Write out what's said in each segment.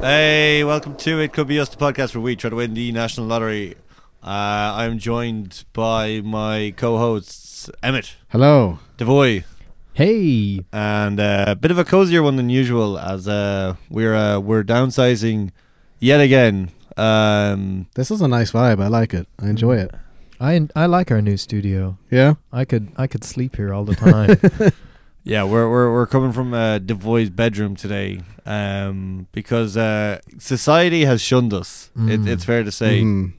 Hey, welcome to It Could Be Us, the podcast where we try to win the National Lottery. Uh, I'm joined by my co hosts, Emmett, Hello. Devoy, Hey. and uh, a bit of a cozier one than usual as uh, we're, uh, we're downsizing yet again. Um, This is a nice vibe. I like it. I enjoy it. I I like our new studio. Yeah. I could I could sleep here all the time. yeah, we're, we're, we're coming from uh, Devoy's bedroom today um, because uh, society has shunned us. Mm. It, it's fair to say. Mhm.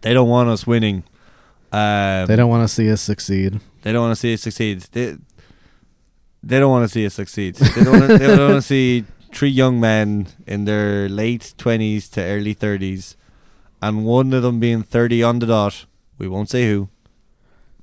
They don't want us winning. Um, They don't want to see us succeed. They don't want to see it succeed. They, they don't want to see it succeed. They don't want to, they don't want to see three young men in their late 20s to early 30s and one of them being 30 on the dot. We won't say who.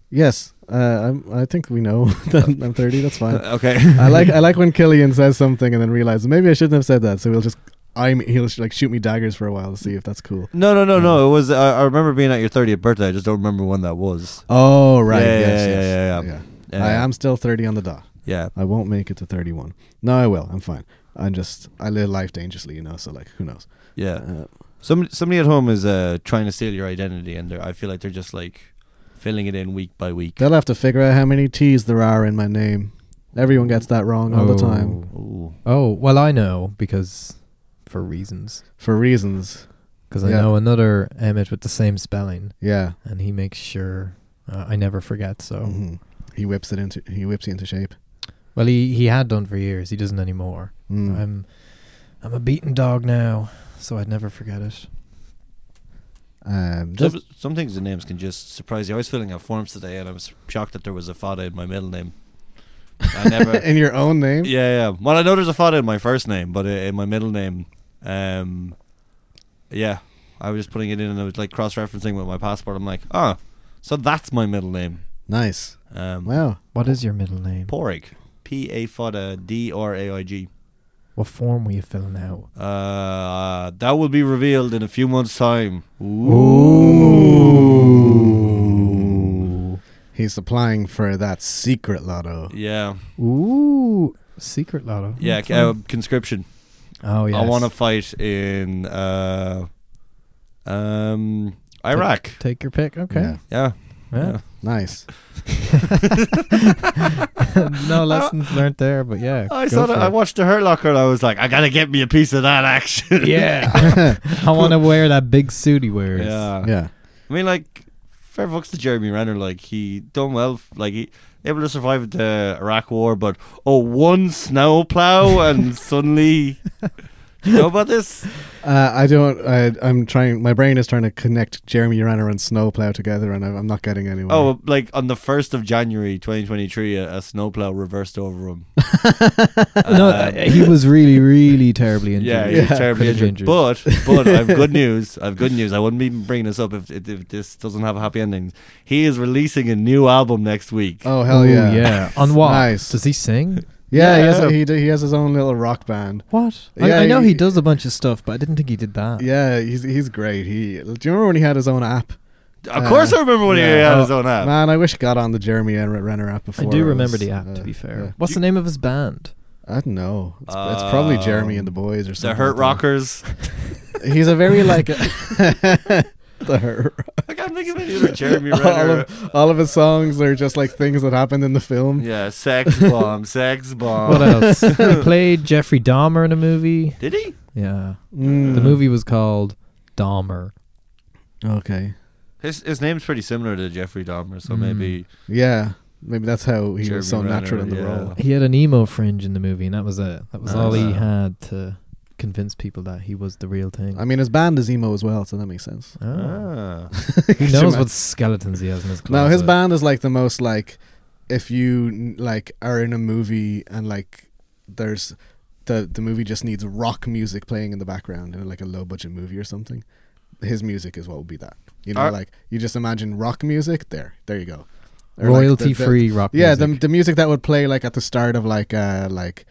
Yes. Uh, I'm, I think we know that I'm 30. That's fine. Uh, okay. I like I like when Killian says something and then realizes maybe I shouldn't have said that. So he'll just I'm he'll sh- like shoot me daggers for a while to see if that's cool. No, no, no, no. It was I, I remember being at your 30th birthday. I just don't remember when that was. Oh right. Yeah, yes, yeah, yes. yeah, yeah, Uh, I am still 30 on the dot. Yeah. I won't make it to 31. No, I will. I'm fine. I'm just I live life dangerously, you know. So like, who knows? Yeah. Uh, Some somebody at home is uh, trying to steal your identity and they're, I feel like they're just like filling it in week by week. they'll have to figure out how many T's there are in my name. Everyone gets that wrong all the time. Ooh. Oh well, I know because for reasons. for reasons. Because I Yeah. know another Emmett with the same spelling, Yeah. and he makes sure uh, I never forget. So Mhm. He whips it into he whips you into shape. well, he he had done for years. He doesn't anymore. Mm. I'm I'm a beaten dog now, so I'd never forget it. Um, Some, just, some things the names can just surprise you. I was filling out forms today, and I was shocked that there was a fada in my middle name. I never. in your own name. yeah, yeah. Well, I know there's a fada in my first name, but uh, in my middle name, um, yeah, I was just putting it in, and I was like cross-referencing with my passport. I'm like, ah, so that's my middle name. Nice. Um, Wow. What is your middle name? Porig, P A fada D R A I G. What form were you filling out? Uh, that will be revealed in a few months' time. Ooh. He's applying for that secret lotto. Yeah, Ooh, secret lotto. yeah. Okay. Uh, conscription. oh yeah. I want to fight in uh, um, Iraq. Take, take your pick. Okay. Yeah. yeah, yeah. yeah. Nice. no lessons learned there, but yeah. I go saw that. for I it. watched the Hurt Locker, and I was like, I gotta get me a piece of that action. Yeah, I want to wear that big suit he wears. yeah. Yeah. I mean, like, fair fucks to Jeremy Renner. Like, he done well. f- Like, he able to survive the Iraq War, but oh, one snowplow, and suddenly, do you know about this? Uh, I don't. I, I'm trying. My brain is trying to connect Jeremy Renner and Snowplow together, and I'm, I'm not getting anywhere. Oh, like on the first of January, twenty twenty three, a, a snowplow reversed over him. No, Um, uh, he was really, really terribly injured. Yeah, he's Yeah. terribly Critically injured. injured. But but I've good news. I've good news. I wouldn't even bring this up if, if, if this doesn't have a happy ending. He is releasing a new album next week. Oh, hell Ooh, yeah. yeah. On what? Nice. Does he sing? Yeah, He has, Yeah. a, he, d- he has his own little rock band. What? Yeah, I, I know he- he does a bunch of stuff, but I didn't think he did that. Yeah, he's he's great. He. Do you remember when he had his own app? of uh, course, I remember when he yeah. had his Oh, own app. Man, I wish I got on the Jeremy Ren- Renner app I before. do it remember was, the app. to uh, be fair, yeah. what's the name of his band? I don't know. It's, it's probably Jeremy and the Um, Boys or something. the Hurt like Rockers. that. He's a very like the Hurt. Rock- I can't think of any other Jeremy All Renner. of all of his songs are just like things that happened in the film. Yeah, sex bomb, sex bomb. What else? he played Jeffrey Dahmer in a movie. Did he? Yeah, Mm. the movie was called Dahmer. Okay. His his name's pretty similar to Jeffrey Dahmer, so Mm. maybe Yeah. Maybe that's how he Jeremy was so Renner, natural in the yeah. role. He had an emo fringe in the movie, and that was it. That was all he Ah. had to convince people that he was the real thing. I mean, his band is emo as well, so that makes sense. Ah. ah. He knows what skeletons he has in his closet. No, his band is like the most like if you like are in a movie and like there's the the movie just needs rock music playing in the background in like a low budget movie or something. His music is what would be that. You know, Are- like you just imagine rock music. There, there you go. Or, like, the- royalty the- free rock. Yeah, the music. the music that would play like at the start of like uh like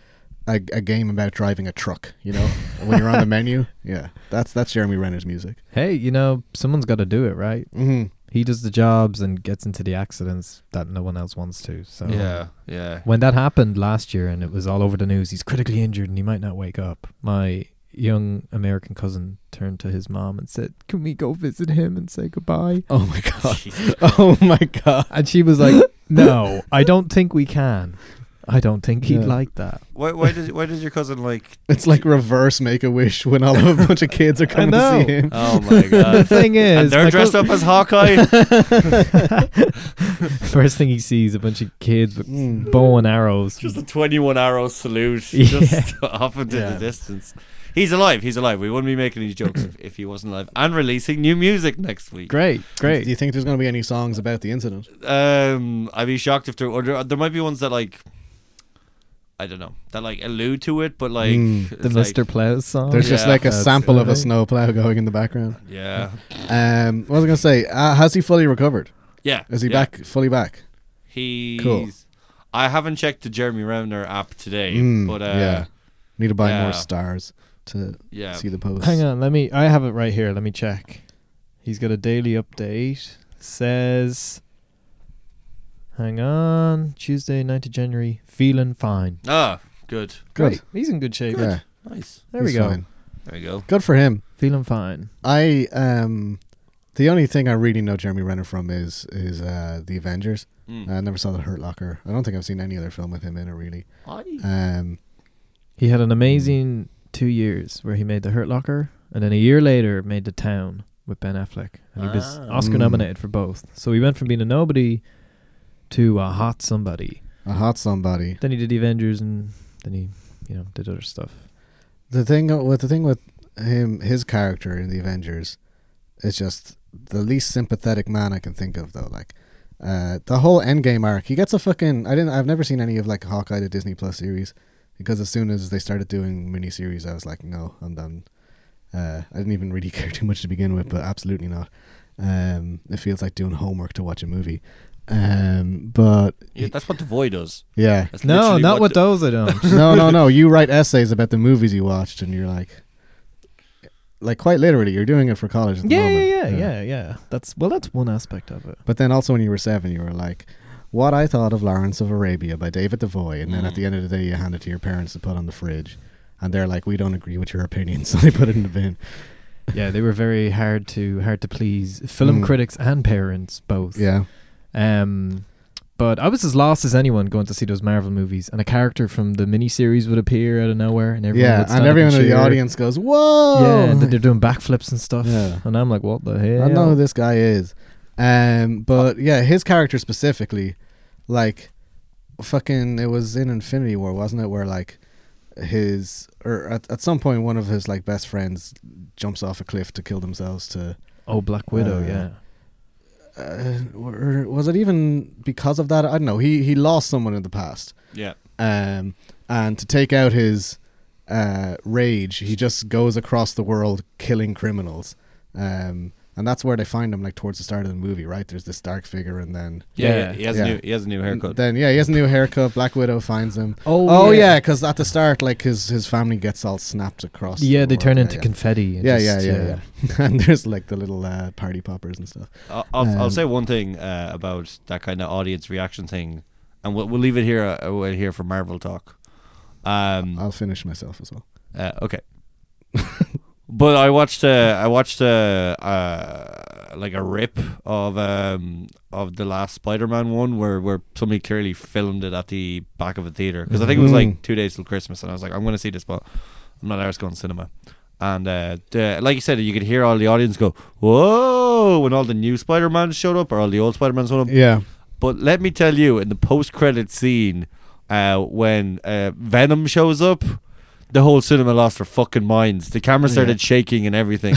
a, a game about driving a truck. You know, when you're on the menu. Yeah, that's that's Jeremy Renner's music. hey, you know, someone's got to do it, right? hmm He does the jobs and gets into the accidents that no one else wants to. So yeah, yeah. when that happened last year, and it was all over the news, he's critically injured and he might not wake up. My young American cousin turned to his mom and said, "Can we go visit him and say goodbye?" Oh my god. Jesus Oh my god. And she was like, "No, I don't think we can. I don't think he'd Yeah. like that." Why, why does why does your cousin like? It's like reverse make a wish when all of a bunch of kids are coming to know. see him. Oh my the god! thing is, and they're my dressed cou- up as Hawkeye. First thing he sees a bunch of kids with Mm. bow and arrows. just a twenty-one arrow salute, Yeah. just off into Yeah. the distance. He's alive. He's alive. We wouldn't be making these jokes if, if he wasn't alive. And releasing new music next week. Great, Do you think there's going to be any songs about the incident? Um, I'd be shocked if there or there, there might be ones that like. I don't know that like allude to it, but like Mm. it's The like- Mr. Plows song. There's just yeah. like a Oh, That's sample of a right. snowplow going in the background. Yeah, Um, what was I going to say? Uh, has he fully recovered? yeah. Is he yeah. back fully back? He's. Cool. I haven't checked the Jeremy Renner app today, Mm, but uh, yeah, need to buy yeah. more stars to yeah. see the post. Hang on, let me. I have it right here. Let me check. He's got a daily update. Says, hang on, Tuesday, 9th of January, feeling fine. Ah, good. Good. He's in good shape. Yeah, Nice. There he's we go. fine. There you go. Good for him. Feeling fine. I um, the only thing I really know Jeremy Renner from is is uh, the Avengers. Mm. I never saw the Hurt Locker. I don't think I've seen any other film with him in it really. I- Um, He had Hmm. an amazing two years where he made The Hurt Locker, and then a year later made The Town with Ben Affleck, and he was Ah. Oscar Mm. nominated for both. So he went from being a nobody to a hot somebody. a hot somebody. Then he did The Avengers, and then he, you know, did other stuff. The thing uh, with the thing with him, his character in the Avengers, is just the least sympathetic man I can think of. Though, like uh, the whole Endgame arc, he gets a fucking. I didn't. I've never seen any of like Hawkeye the Disney Plus series because as soon as they started doing miniseries, I was like, no, I'm done. Uh, I didn't even really care too much to begin with, but absolutely not. Um, it feels like doing homework to watch a movie. Um, but yeah, that's what the void does. yeah, That's No, literally not what with those I don't. no, no, no. You write essays about the movies you watched, and you're like, like quite literally, you're doing it for college. At the yeah, moment. yeah, yeah, yeah, yeah. That's well, that's one aspect of it. But then also when you were seven, you were like, "What I thought of Lawrence of Arabia by David Devoy," and then Mm. at the end of the day, you hand it to your parents to put on the fridge, and they're like, "We don't agree with your opinion," so they put it in the bin. Yeah, they were very hard to hard to please film Hmm. Mm. critics and parents both. Yeah, Um, but I was as lost as anyone going to see those Marvel movies, and a character from the miniseries would appear out of nowhere, and everyone yeah, would stand and up everyone in the cheer. audience goes, Yeah, "Whoa!" and they're doing backflips and stuff, Yeah. and I'm like, what the I hell? don't know who this guy is. Um, but yeah, his character specifically, like, fucking, it was in Infinity War, wasn't it? Where like his or at, at some point one of his like best friends jumps off a cliff to kill themselves to oh, Black Widow, Uh, yeah. uh, or was it even because of that i don't know he he lost someone in the past do- Yeah. um and to take out his uh rage he just goes across the world killing criminals um and that's where they find him like towards the start of the movie right there's this dark figure and then Yeah, Yeah. yeah, he has Yeah. a new he has a new haircut. Then yeah, he has a new haircut. Black Widow finds him. Oh, Oh yeah, because at the start, like his his family gets all snapped across. yeah. the They world. turn Yeah, into yeah. confetti. and Yeah, just, yeah, yeah, yeah. and there's like the little uh, party poppers and stuff. I'll, I'll, I'll Um, say one thing uh, about that kind of audience reaction thing, and we'll, we'll leave it here. Uh, we'll here for Marvel talk. Um, I'll finish myself as well. uh, okay. but I watched uh, I watched uh, uh, like a rip of um, of the last Spider-Man one where where somebody clearly filmed it at the back of a theater because I think it was Mhm. like two days till Christmas, and I was like, I'm going to see this, but I'm not Irish going to cinema. And uh, the, like you said, you could hear all the audience go, "Whoa!" when all the new Spider-Man showed up or all the old Spider-Man showed up. Yeah, But let me tell you, in the post-credit scene, uh, when uh, Venom shows up, the whole cinema lost their fucking minds. The camera started shaking and everything.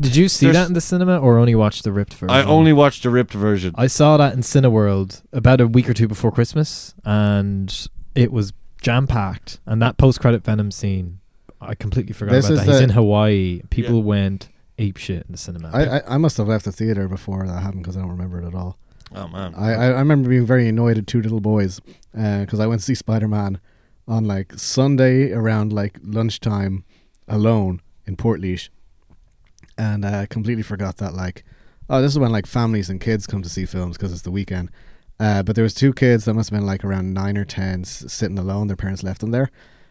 Did you see There's- that in the cinema, or only watch the ripped version? I only watched the ripped version. I saw that in Cineworld about a week or two before Christmas, and it was jam packed. And that post credit Venom scene, I completely forgot This about is that. He's the- in Hawaii. People Yeah. went ape shit in the cinema. I, I I must have left the theater before that happened because I don't remember it at all. oh man, I, I I remember being very annoyed at two little boys because I went to see Spider Man on like Sunday around like lunchtime alone in Port and uh, completely forgot that like oh this is when like families and kids come to see films because it's the weekend. Uh, but there was two kids that must have been like around nine or ten s- sitting alone. Their parents left them there,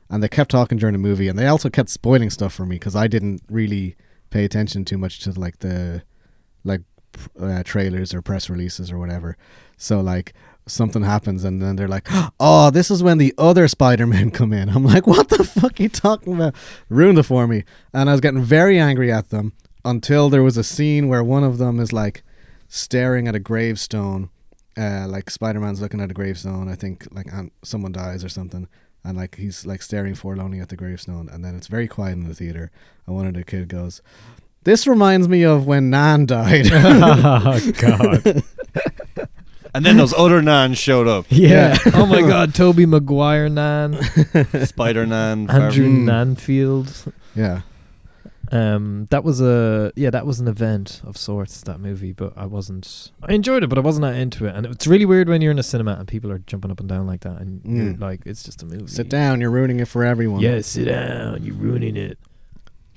and they kept talking during the movie, and they also kept spoiling stuff for me because I didn't really pay attention too much to like the like pr- uh, trailers or press releases or whatever. So like something happens, and then they're like, "Oh, this is when the other Spider-Man come in." I'm like, "What the fuck are you talking about?" Ruined it for me, and I was getting very angry at them until there was a scene where one of them is like staring at a gravestone uh, like Spider-Man's looking at a gravestone. I think like and someone dies or something, and like he's like staring forlornly at the gravestone, and then it's very quiet in the theater. And one of the kid goes, "This reminds me of when Nan died." oh god. And then those other nans showed up. Yeah. oh my god, Toby Maguire Nan, Spider Nan, Andrew Mm. Nanfield. yeah, Um that was a yeah, that was an event of sorts that movie, but I wasn't I enjoyed it, but I wasn't that into it. And it's really weird when you're in a cinema and people are jumping up and down like that and you're Mm. like it's just a movie. sit down. You're ruining it for everyone. Yeah, sit down. You're ruining it.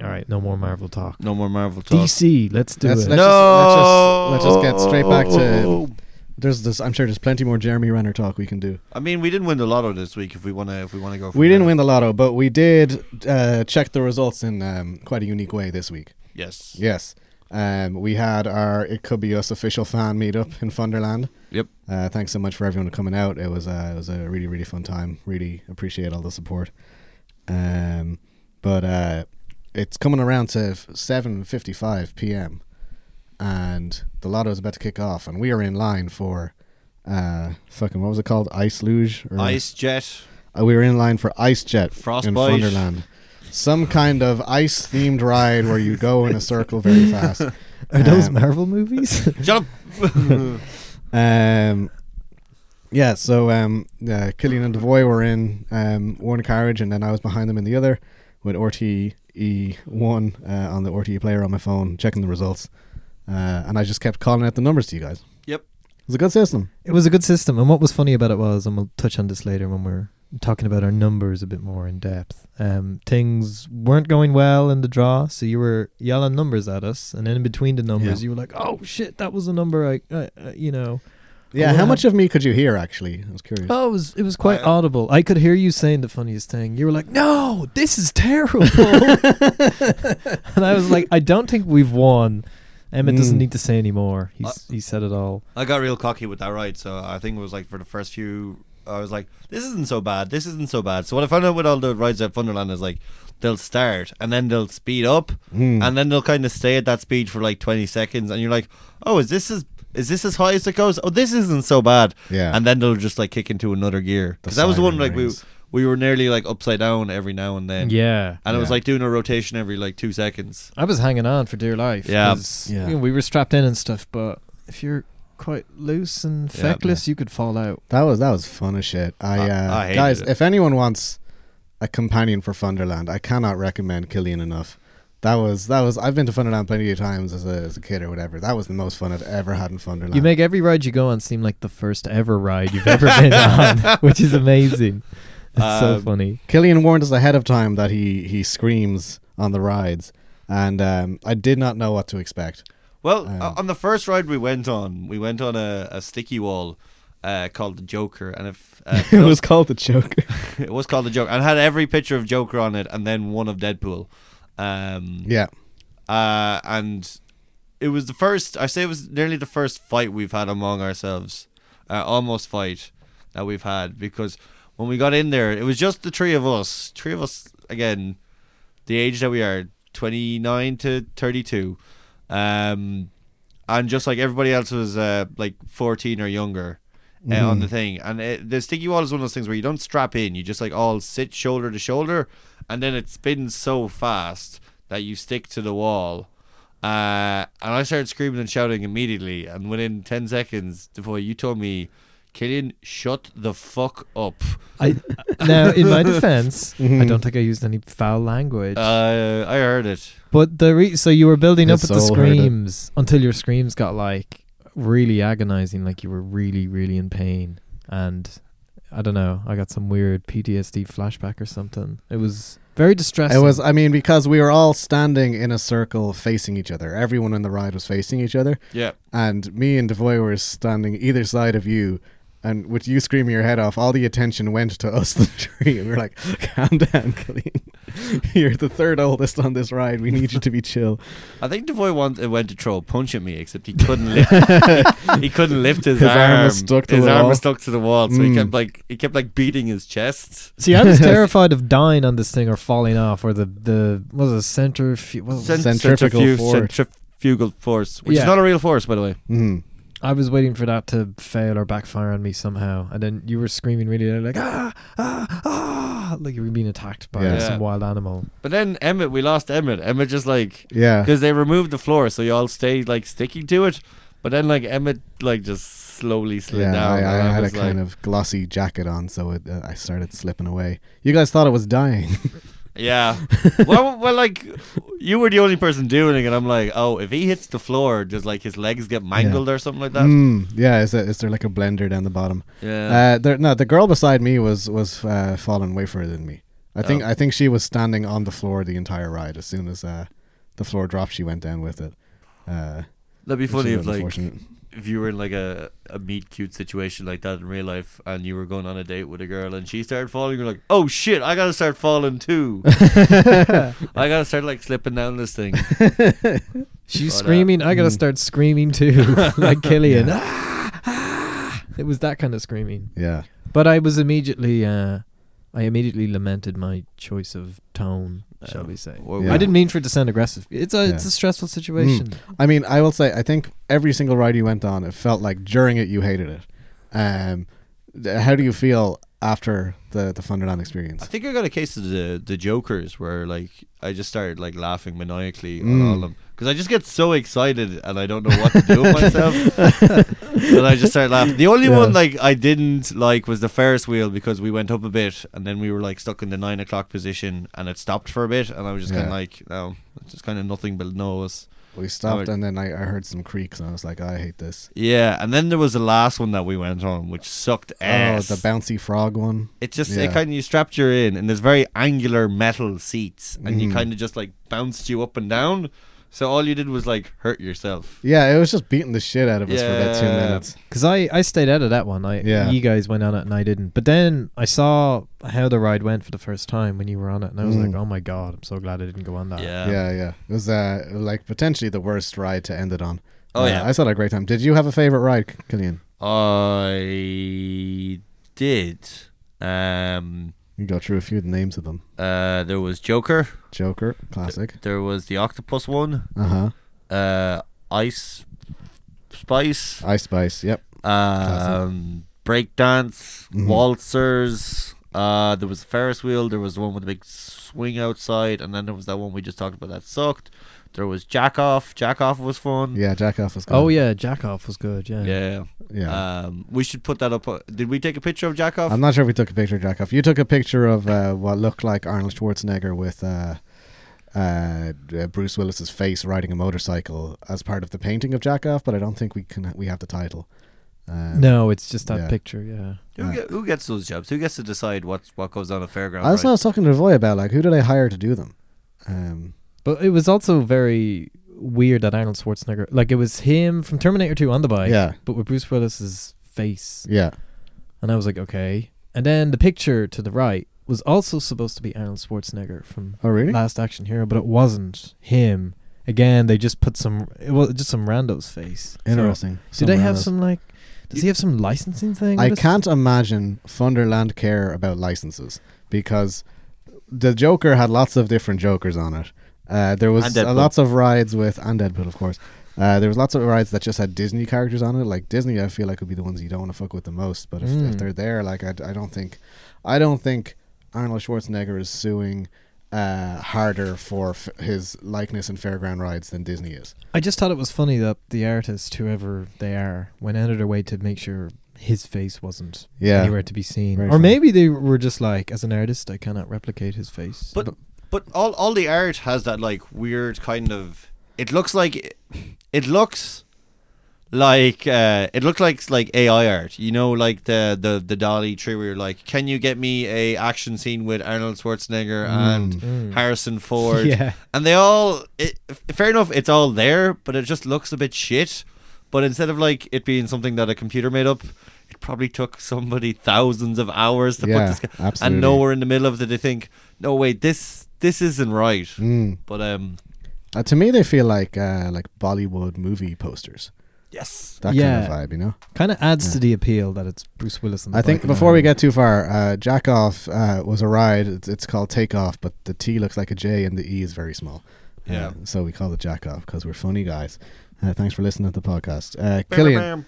All right, no more Marvel talk. No more Marvel talk. DC, let's do Let's- it. let's- no. just- let's just- let's just get straight back to- There's this. I'm sure there's plenty more Jeremy Renner talk we can do. I mean, we didn't win the lotto this week. If we wanna, if we wanna go. from We didn't there. win the lotto, but we did uh, check the results in um, quite a unique way this week. Yes. Yes. Um, we had our It Could Be Us official fan meetup in Funderland. Yep. Uh, thanks so much for everyone coming out. It was uh, it was a really really fun time. Really appreciate all the support. Um, but uh, it's coming around to seven fifty five p.m. and the lotto is about to kick off, and we are in line for uh, fucking what was it called? Ice luge or Ice Jet. uh, we were in line for Ice Jet in Frostbite. Wonderland. Some kind of ice themed ride where you go in a circle very fast. Are those Um, Marvel movies? Shut up. Um, yeah, so um, uh, Killian and Devoy were in um, one carriage, and then I was behind them in the other with RTE1 uh, on the RTE player on my phone, checking the results. Uh, and I just kept calling out the numbers to you guys. Yep. It was a good system. it was a good system, and what was funny about it was, and we'll touch on this later when we're talking about our numbers a bit more in depth. Um, things weren't going well in the draw, so you were yelling numbers at us, and then in between the numbers, Yeah. you were like, "Oh shit, that was a number!" I, I I- you know, Yeah, well, how I- much of me could you hear, actually? I was curious. oh, it was it was quite I- audible. I could hear you saying the funniest thing. You were like, "No, this is terrible," and I was like, "I don't think we've won." Emmett doesn't Hmm. Mm. need to say anymore. Uh, He's he said it all. I got real cocky with that ride, so I think it was like for the first few, I was like, "This isn't so bad. This isn't so bad." So what I found out with all the rides at Funderland is like, they'll start and then they'll speed up, Hmm. and then they'll kind of stay at that speed for like twenty seconds, and you're like, "Oh, is this as is this as high as it goes? Oh, this isn't so bad." Yeah. and then they'll just like kick into another gear The because that was the one siren like we rings. we were nearly like upside down every now and then. Yeah, and it was Yeah. like doing a rotation every like two seconds. I was hanging on for dear life. Yeah. 'cause, Yeah. you know, we were strapped in and stuff, but if you're quite loose and Yeah. feckless, you could fall out. That was that was fun as shit. I, I- uh, I hated guys, it. if anyone wants a companion for Funderland, I cannot recommend Killian enough. That was that was. I've been to Funderland plenty of times as a, as a kid or whatever. That was the most fun I've ever had in Funderland. You make every ride you go on seem like the first ever ride you've ever been on, which is amazing. It's so Um, funny. Killian warned us ahead of time that he he screams on the rides, and um, I did not know what to expect. Well, Um, o- on the first ride we went on, we went on a, a sticky wall uh, called the Joker, and if uh, it was called the Joker. it was called the Joker, and had every picture of Joker on it, and then one of Deadpool. Um, yeah, uh, and it was the first. I say it was nearly the first fight we've had among ourselves, uh, almost fight that we've had because when we got in there, it was just the three of us. Three of us again, the age that we are, twenty nine to thirty two, um, and just like everybody else was uh, like fourteen or younger. Uh, On the thing, and it, the sticky wall is one of those things where you don't strap in; you just like all sit shoulder to shoulder, and then it spins so fast that you stick to the wall. Uh, and I started screaming and shouting immediately. And within 10 seconds, before you told me, Killian, shut the fuck up. I now, in my defense, Mm-hmm. I Mhm. don't think I used any foul language. Uh, I heard it. But the re- so you were building up His with the soul heard it. screams until your screams got like really agonizing, like you were really, really in pain. And I don't know, I got some weird PTSD flashback or something. It was very It distressing. was, uh, I mean, because we were all standing in a circle facing each other. Everyone in the ride was facing each other. Yeah. and me and Devoy were standing either side of you, And with you screaming your head off, all the attention went to us, the jury. And we were like, calm down, Colleen. You're the third oldest on this ride. We need you to be chill. I think the boy want, uh, went to throw a punch at me, except he couldn't lift. he, couldn't lift his, His arm was stuck to his the arm wall. was stuck to the wall, so he Mm. kept like he kept like beating his chest. See, I was terrified of dying on this thing or falling off or the the what was it center Cent- Oh, Centrifugal centrifu- force. Centrifugal force, which Yeah. is not a real force, by the way. Mm. I was waiting for that to fail or backfire on me somehow, and then you were screaming really loud, like ah ah ah, like you were being attacked by Yeah. Yeah. some wild animal. But then Emmett, we lost Emmett. Emmett just like Yeah. because they removed the floor, so you all stayed like sticking to it. But then like Emmett like just slowly slid Yeah, down. I, and I had a was kind like- of glossy jacket on, so it, uh, I started slipping away. You guys thought I was dying. yeah. well, well, like you were the only person doing it, and I'm like, oh, if he hits the floor, does like his legs get mangled or something like that? Mm, yeah, is, it, is there like a blender down the bottom? Yeah. Uh, there, no, the girl beside me was was uh, falling way further than me. I think Oh. I think she was standing on the floor the entire ride. As soon as uh, the floor dropped, she went down with it. Uh, That'd be which is funny a if bit like unfortunate. if you were in like a a meet cute situation like that in real life, and you were going on a date with a girl, and she started falling, you're like, oh shit, I gotta start falling too. I gotta start like slipping down this thing. She's But, uh, screaming. I gotta mm. start screaming too, like Killian. Ah, ah. It was that kind of screaming. yeah, But I was immediately, uh, I immediately lamented my choice of tone, shall Sure. we say. Well, Yeah. I didn't mean for it to sound aggressive. It's a, Yeah. it's a stressful situation. I mean, I will say, I think every single ride you went on, it felt like during it you hated it. Um, th- how do you feel after the the I Thunderland experience? think I got a case of the the jokers where like I just started like laughing maniacally on Mm. all of them because I just get so excited and I don't know what to do with myself that I just start laughing. The only Yeah. one like I didn't like was the Ferris wheel because we went up a bit and then we were like stuck in the nine o'clock position and it stopped for a bit and I was just kind Yeah. of like no, it's just kind of nothing but noise. We stopped, I- and then I, I heard some creaks, and I was like, "Oh, I hate this. Yeah, and then there was the last one that we went on which sucked ass. Oh, the bouncy frog one. It just Yeah. it kind of you strapped you in, and there's very angular metal seats, and you Mm. kind of just like bounced you up and down. So all you did was like hurt yourself. Yeah, it was just beating the shit out of us for about two Yeah. minutes. Because I, I stayed out of that one. I Yeah. you guys went on it and I didn't. But then I saw how the ride went for the first time when you were on it, and I was Mm. like, oh my god, I'm so glad I didn't go on that. yeah. yeah, yeah. It was uh, like potentially the worst ride to end it on. Oh Uh, yeah. I just had a great time. Did you have a favorite ride, C- Killian? I did. Um. You go through a few of the names of them. Uh. There was Joker. Joker, classic. There was the octopus one. Uh huh. Uh. Ice. Spice. Ice Spice. Yep. Um. Breakdance. Mhm. Waltzers. Uh. There was a Ferris wheel. There was the one with the big swing outside, and then there was that one we just talked about that sucked. There was Jack Off. Jack Off was fun. Yeah, Jack Off was. Good. Oh yeah, Jack Off was good. Yeah. Yeah. Yeah. Um. We should put that up. Did we take a picture of Jack Off? I'm not sure if we took a picture of Jack Off. You took a picture of uh, what looked like Arnold Schwarzenegger with uh, uh, uh, Bruce Willis's face riding a motorcycle as part of the painting of Jack Off, but I don't think we can. We have the title. Um, No, it's just that Yeah. picture. Yeah. who, ge- who gets those jobs? Who gets to decide what what goes on a fairground? I was, ride? I was talking to Voy about like who did I hire to do them? Um, But it was also very weird that Arnold Schwarzenegger, like it was him from Terminator 2 on the bike, yeah, but with Bruce Willis's face. yeah. And I was like, okay. And then the picture to the right was also supposed to be Arnold Schwarzenegger from Oh really? Last Action Hero, but it wasn't him. Again, they just put some, it was just some rando's face. So, Interesting. do they Somewhere have else. some like, does he have some licensing thing? I with this? can't imagine Thunderland care about licenses because the Joker had lots of different Jokers on it. Uh, there was And Deadpool. uh, lots of rides with and Deadpool, of course. Uh, there was lots of rides that just had Disney characters on it. Like Disney, I feel like would be the ones you don't want to fuck with the most. But if, Mm. if they're there, like I, d- I don't think, I don't think Arnold Schwarzenegger is suing uh, harder for f- his likeness in fairground rides than Disney is. I just thought it was funny that the artist, whoever they are, went out of their way to make sure his face wasn't Yeah, anywhere to be seen. Very or funny. maybe they were just like, as an artist, I cannot replicate his face. But but all all the art has that like weird kind of. It looks like it looks like uh, it looks like like AI art. You know, like the the the Dolly tree where you're like, can you get me a action scene with Arnold Schwarzenegger and Mm. Harrison Ford? yeah, And they all, it, fair enough, it's all there, but it just looks a bit shit. But instead of like it being something that a computer made up, it probably took somebody thousands of hours to put yeah, this together. absolutely. And nowhere in the middle of it, they think, no, wait, this this isn't right. Mm. But um, Uh, to me, they feel like uh, like Bollywood movie posters. yes, That Yeah. kind of vibe, you know. Kind of adds Yeah. to the appeal that it's Bruce Willis. Mm. And the I think Biker before we Man. get too far, uh, Jack Off uh, was a ride. It's, it's called Take Off, but the T looks like a J and the E is very small. Uh, Yeah. so we call it Jack Off because we're funny guys. Uh, thanks for listening to the podcast. Uh, Killian,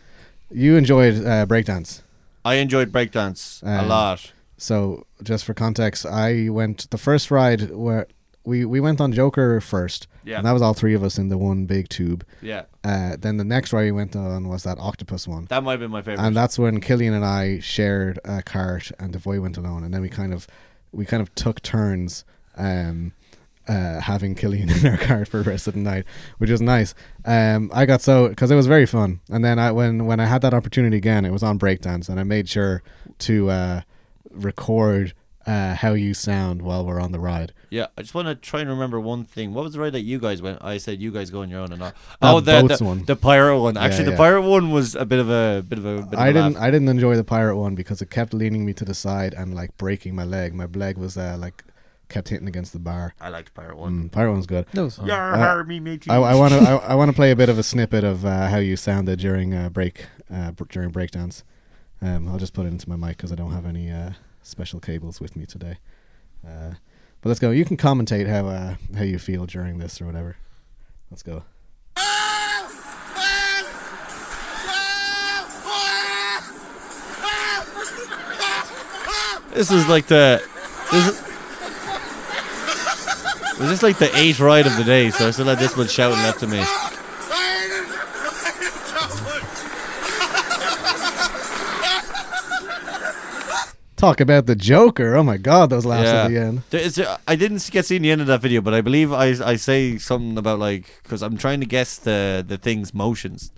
you enjoyed uh, breakdance. I enjoyed breakdance a Um, lot. So just for context, I went the first ride where we, we went on Joker first, Yeah, and that was all three of us in the one big tube. yeah, Uh, then the next ride we went on was that octopus one. that might have been my favorite. and that's when Killian and I shared a cart, and the boy went alone, and then we kind of we kind of took turns um, uh, having Killian in our cart for the rest of the night, which was nice. Um, I got so because it was very fun, and then I when when I had that opportunity again, it was on breakdance, and I made sure to uh, record uh, how you sound while we're on the ride. yeah, I just want to try and remember one thing. What was the ride that you guys went? I said you guys go on your own and not. That oh, the, boats the one. the pirate one. Yeah, Actually, the yeah. pirate one was a bit of a bit of a. Bit of I a laugh. didn't. I didn't enjoy the pirate one because it kept leaning me to the side and like breaking my leg. My leg was uh, like kept hitting against the bar. I liked pirate one. Mm, pirate one's good. That was fun. Yar, Uh, har, me, matey. I, I want to. I, I want to play a bit of a snippet of uh, how you sounded during uh, break uh, br- during breakdance. Um, I'll just put it into my mic because I don't have any uh, special cables with me today. Uh, but let's go. You can commentate how uh, how you feel during this or whatever. Let's go. This is like the. This is, was this like the eighth ride of the day? So I still had this one shouting left to me. Talk about the Joker. Oh my God, those laughs at the Yeah. end. There is, I didn't get seen the end of that video, but I believe I I say something about like because I'm trying to guess the the thing's motions,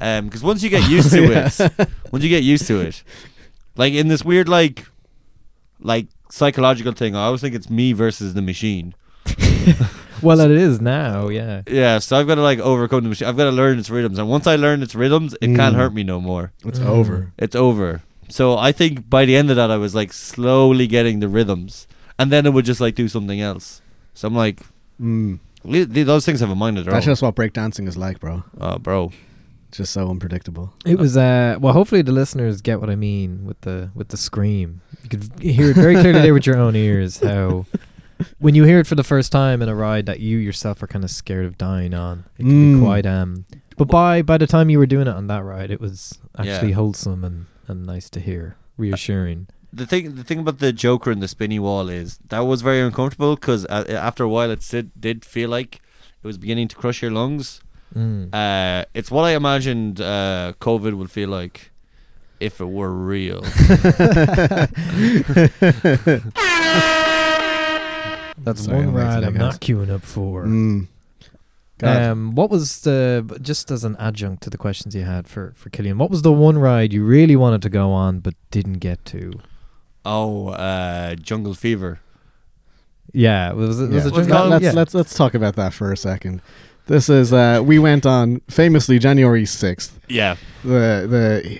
um because once you get used to it, once you get used to it, like in this weird like like psychological thing, I always think it's me versus the machine. Well, it is now. Yeah. Yeah, so I've got to like overcome the machine. I've got to learn its rhythms, and once I learn its rhythms, it can't Mm. hurt me no more. It's over. It's over. So I think by the end of that, I was like slowly getting the rhythms, and then it would just like do something else. So I'm like, Mm. li- th- those things have a mind of their That's own. just what breakdancing is like, bro. oh, bro. Just so unpredictable. It was uh well hopefully the listeners get what I mean with the with the scream. You could hear it very clearly there with your own ears how when you hear it for the first time in a ride that you yourself are kind of scared of dying on. It can Mm. be quite um but by by the time you were doing it on that ride it was actually Yeah. wholesome and and nice to hear, reassuring. The thing, the thing about the Joker and the spinny wall is that was very uncomfortable because uh, after a while, it did, did feel like it was beginning to crush your lungs. Mm. Uh, it's what I imagined uh, COVID would feel like if it were real. That's Sorry, one I'm late ride today, I'm guys. not queuing up for. Mm. God. Um, what was the but just as an adjunct to the questions you had for for Killian? What was the one ride you really wanted to go on but didn't get to? oh, uh, Jungle Fever. Yeah, was it was Yeah. it Let's just go- Let- Um, let's, yeah. let's let's talk about that for a second. This is uh, we went on famously January sixth, Yeah, the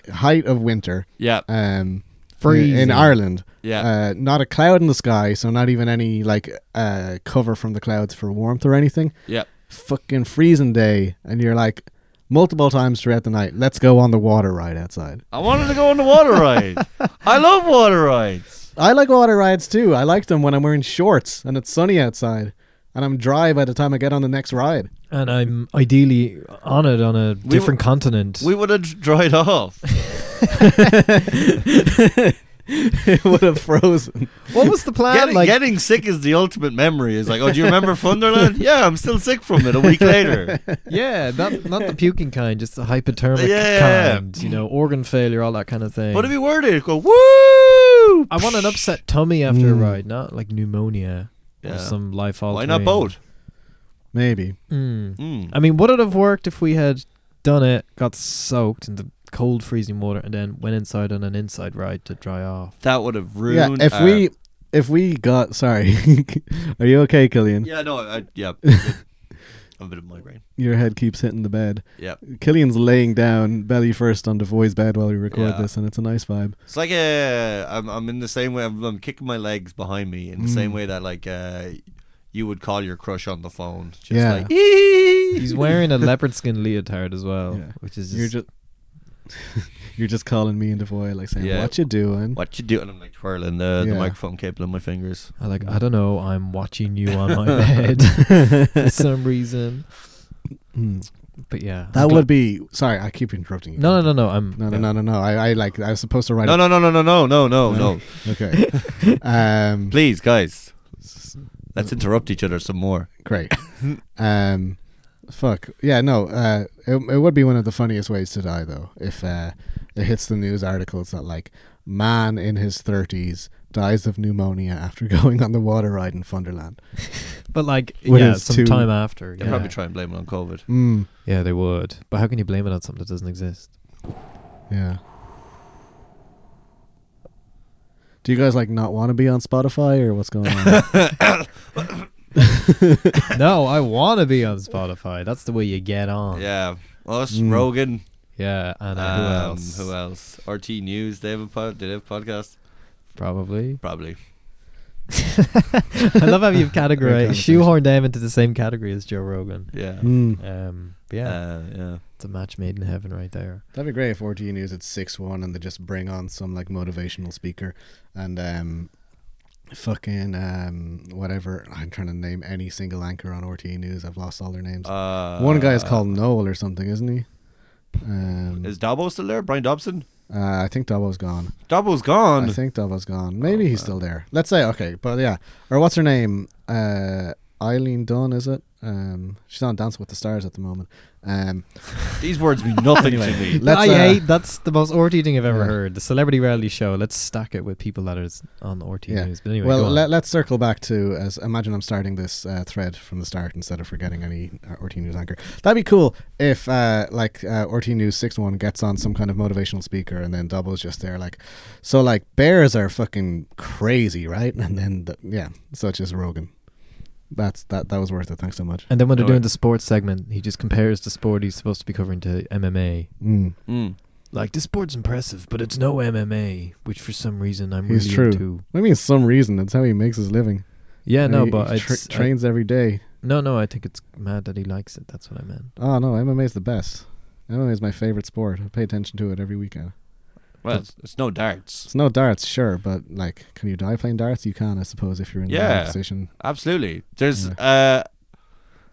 the height of winter, yeah, um, Freezing. in Ireland. yeah. Uh, not a cloud in the sky, so not even any like uh, cover from the clouds for warmth or anything. Yep. Fucking freezing day, and you're like multiple times throughout the night. Let's go on the water ride outside. I wanted to go on the water ride. I love water rides. I like water rides too. I like them when I'm wearing shorts and it's sunny outside, and I'm dry by the time I get on the next ride. and I'm ideally on it on a We different continent. We would have dried off. it would have frozen. what was the plan? Getting, like, getting sick is the ultimate memory. It's like, oh, do you remember Thunderland? yeah, I'm still sick from it a week later. yeah, not not the puking kind, just the hypothermic Yeah. kind. You know, organ failure, all that kind of thing. But if you were to go, woo! I want an upset tummy after a Mm. ride, not like pneumonia Yeah. or some life Why altering. not both? Maybe. Mm. Mm. I mean, would it have worked if we had done it, got soaked in the cold, freezing water, and then went inside on an inside ride to dry off? That would have yeah. ruined. uh, If our- uh, we if we got sorry, are you okay, Killian? Yeah, no, I, yeah. a bit of migraine. Your head keeps hitting the bed. Yeah. Killian's laying down belly first on Devoy's bed while we record Yeah. this, and it's a nice vibe. It's like a I'm I'm in the same way I'm, I'm kicking my legs behind me in the same Mm. way that like uh you would call your crush on the phone. Just Yeah. like "Eee!" He's wearing a leopard skin leotard as well, Yeah. which is You're just, just you're just calling me and Devoy, like saying, Yeah. "What you doing?" What you doing? I'm like twirling the, Yeah. the microphone cable in my fingers. I like I don't know. I'm watching you on my bed for some reason, Mm. but yeah, That would be. Sorry, I keep interrupting you. no, no, no, no. I'm no, no, no, no, no. I, I like. I was supposed to write. No, a- no, no, no, no, no, no, no, No. no. Okay. um, Please, guys, let's interrupt each other some more. great. Um, fuck yeah. No. Uh, it, it would be one of the funniest ways to die though if uh, it hits the news articles that like man in his thirties dies of pneumonia after going on the water ride in Funderland. But like, When yeah, it's some too- time after. They Yeah. will probably try and blame it on COVID. Mm, yeah, they would. But how can you blame it on something that doesn't exist? yeah. Do you guys like not want to be on Spotify or what's going on? no, I want to be on Spotify. That's the way you get on. Yeah, us, Mm. Rogan, Yeah, and uh, who um, else? who else? RT News. They have a pod. Did they have a podcast? Probably. Probably. I love how you've Great categorized shoehorned them into the same category as Joe Rogan. Yeah. Mm. Um, but yeah, Uh, yeah. it's a match made in heaven right there. That'd be great if RT News at six one and they just bring on some like motivational speaker and um fucking um whatever I'm trying to name any single anchor on RT News. I've lost all their names. Uh, One guy is called Noel or something, isn't he? Um Is Dabo still there? Brian Dobson? uh, I think Dubbo's gone. Dabo's gone. I think Dubbo's gone. Maybe Oh, he's wow. still there. Let's say okay, but yeah. Or what's her name? Uh Eileen Dunn, is it? Um she's on Dancing with the Stars at the moment. Um These words mean nothing to Anyway. me. Let's, I uh, hate that's the most orty thing I've ever Yeah. heard. The celebrity reality show. Let's stack it with people that are s- on the orty Yeah. news. But anyway, well, go on. let, let's circle back to as imagine I'm starting this uh, thread from the start instead of forgetting any uh, RT News anchor. That'd be cool if uh, like uh, RT News six one gets on some kind of motivational speaker and then doubles just there like, so like bears are fucking crazy, right? And then the, yeah, such as Rogan. That's that. That was worth it. Thanks so much. and then when they're No, doing it- the sports segment, he just compares the sport he's supposed to be covering to MMA. Mm. Mm. Like this sport's impressive, but it's no MMA, which for some reason I'm He's really true. into. I mean, some reason that's how he makes his living. Yeah, And no, he- but he tra- it's uh, I- trains every day. no, no. I think it's mad that he likes it. That's what I meant. Oh no, MMA's the best. MMA is my favorite sport. I pay attention to it every weekend. Well, it's, it's no darts. It's no darts, sure, but like, can you die playing darts? You can, I suppose, if you're in the Yeah. right position. Absolutely. There's. Uh,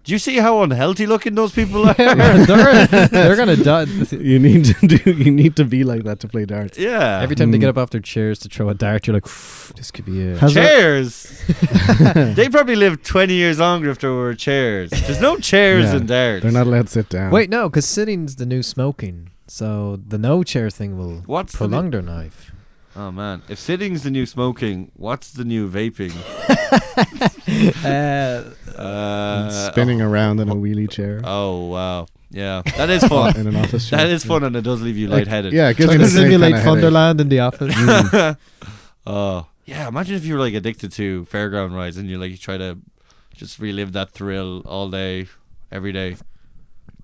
do you see how unhealthy looking those people are? they're, they're gonna die. You need to do. You need to be like that to play darts. yeah. Every time they get Mm. up off their chairs to throw a dart, you're like, this could be it. Has there- chairs. they probably lived 20 years longer if there were chairs. There's no chairs Yeah, in darts. They're not allowed to sit down. Wait, no, because sitting's the new smoking. So the no chair thing will What's the prolong their knife. new- Oh man, if sitting's the new smoking, what's the new vaping? And Uh, spinning oh. around in a wheelie chair Uh, Oh wow, yeah, that is fun. in an office chair. that is fun, and it does leave you Like, lightheaded. Yeah, it gives me trying the to same simulate kinda headache. Mm. Funderland in the office. Mm-hmm. Oh yeah, imagine if you were like addicted to fairground rides, and you like you try to just relive that thrill all day, every day.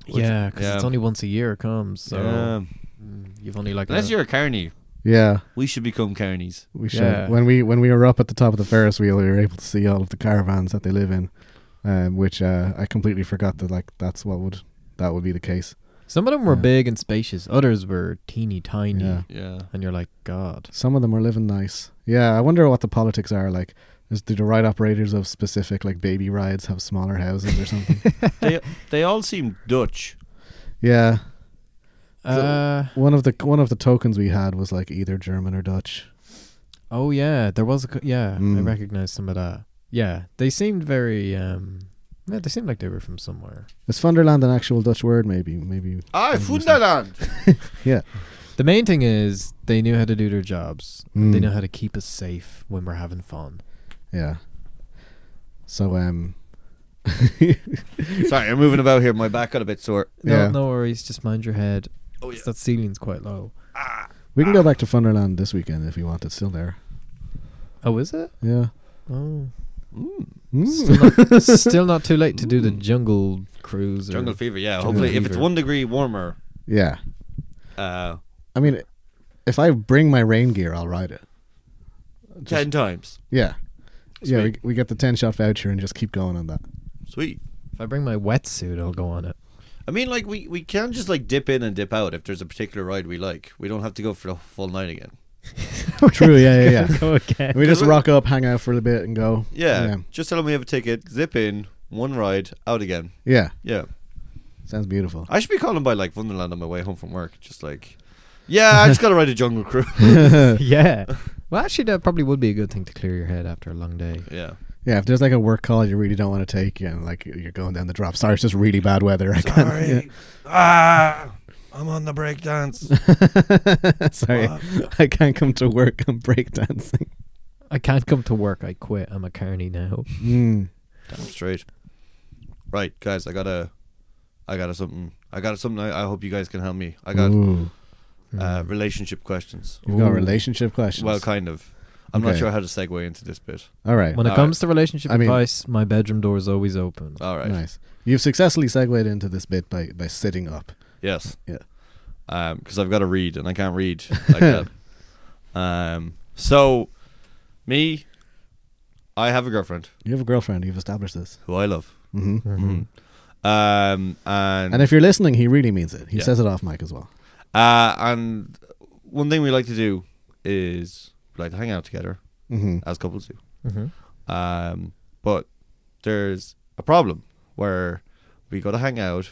Which- yeah, because it's yeah. only once a year it comes. So Yeah. mm, you've only like. unless a- you're a carny, Yeah, we should become carnies. we should. Yeah. When we when we were up at the top of the Ferris wheel, we were able to see all of the caravans that they live in, um, which uh, I completely forgot that like that's what would that would be the case. Some of them were Yeah. big and spacious. Others were teeny tiny. Yeah. Yeah, And you're like, God. Some of them are living nice. Yeah, I wonder what the politics are like. Is, do the ride operators of specific like baby rides have smaller houses or something? they they all seem Dutch. yeah, uh, one of the one of the tokens we had was like either German or Dutch. oh yeah, there was a co- yeah. I Mm. recognized some of that. Yeah, they seemed very. um yeah, they seemed like they were from somewhere. Is Funderland an actual Dutch word? Maybe, maybe. Ah, I Understand. Funderland. Yeah, The main thing is they knew how to do their jobs. They Mm. know how to keep us safe when we're having fun. yeah. So um, Sorry, I'm moving about here. My back got a bit sore. No, Yeah. no worries. Just mind your head. Oh, 'cause That ceiling's quite low. we can go back to Funderland this weekend if you want. It's still there. Oh, is it? Yeah. Oh, Mm. Mm. still, not, still not too late to do the Mm. jungle Cruise. Or, Jungle Fever. Yeah, Jungle hopefully if Fever. it's one degree warmer, Yeah. uh, I mean, if I bring my rain gear, I'll ride it. ten times. Yeah. Yeah, we, Sweet. we get the 10 shot voucher and just keep going on that. Sweet. If I bring my wetsuit, I'll go on it. I mean, like we we can just like dip in and dip out if there's a particular ride we like. We don't have to go for the full night again. True, yeah, yeah, yeah. go again. We just Doesn't- rock up, hang out for a bit, and go. Yeah, Yeah. just tell them we have a ticket, zip in, one ride, out again. Yeah. Yeah, Sounds beautiful. I should be calling by like Wonderland on my way home from work, just like, yeah, I just gotta ride a Jungle Cruise. yeah. yeah. Well, actually, that probably would be a good thing to clear your head after a long day. yeah, If there's like a work call you really don't want to take, and like you're going down the drop. Sorry, it's just really bad weather. I can't- sorry, ah, I'm on the break dance. yeah. Sorry. Fuck. I can't come to work. I'm breakdancing. I can't come to work. I quit. I'm a carny now. Mm. Damn straight. Right, guys, I got a, I got a something. I got a something. I, I hope you guys can help me. I got Ooh. uh, relationship questions. You've got Ooh. relationship questions. Well, kind of. I'm not Okay. sure how to segue into this bit. All right. When it Alright. comes to relationship I mean- advice, my bedroom door is always open. All right. Nice. You've successfully segued into this bit by, by sitting up. Yes. Yeah. Because I've got to read and I can't read like that. Um. So, me, I have a girlfriend You have a girlfriend. You've established this. who I love. hmm Mhm. Um. And And if you're listening, he really means it. He Yeah. says it off mic as well. uh, and one thing we like to do is we like to hang out together hmm as couples do. Mhm. Um, but there's a problem where we go to hang out,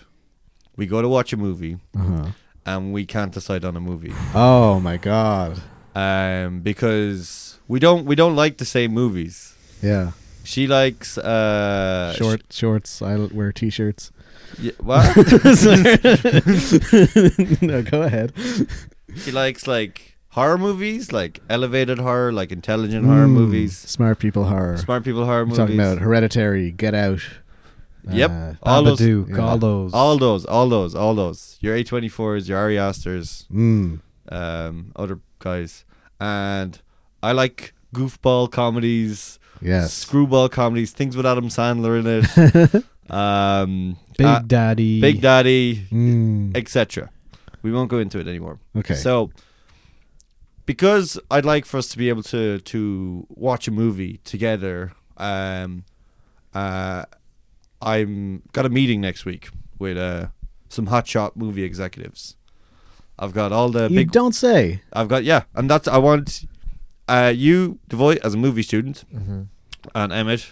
we go to watch a movie, Uh-huh. and we can't decide on a movie Oh my god. um, because we don't we don't like the same movies. Yeah. She likes uh, Short shorts. I l- wear t-shirts. sh- yeah, what? no, go ahead. she likes like horror movies, like elevated horror, like intelligent horror Mm, movies, Smart people horror. smart people horror I'm movies. talking about hereditary, get out. Yep. Uh, all those, Babadook, yeah. all those. all those, all those, all those. Your A twenty fours, your Ari Asters, mm. um, other guys, and I like goofball comedies, Yes. screwball comedies, things with Adam Sandler in it, um, Big uh, Daddy. Big Daddy, Mm. etc. We won't go into it anymore. Okay. So, because I'd like for us to be able to to watch a movie together, um, uh, I'm got a meeting next week with uh, some hotshot movie executives. I've got all the you uh, big. don't say. I've got yeah, and that's I want uh, you, Devoy, as a movie student, Mhm. and Emmett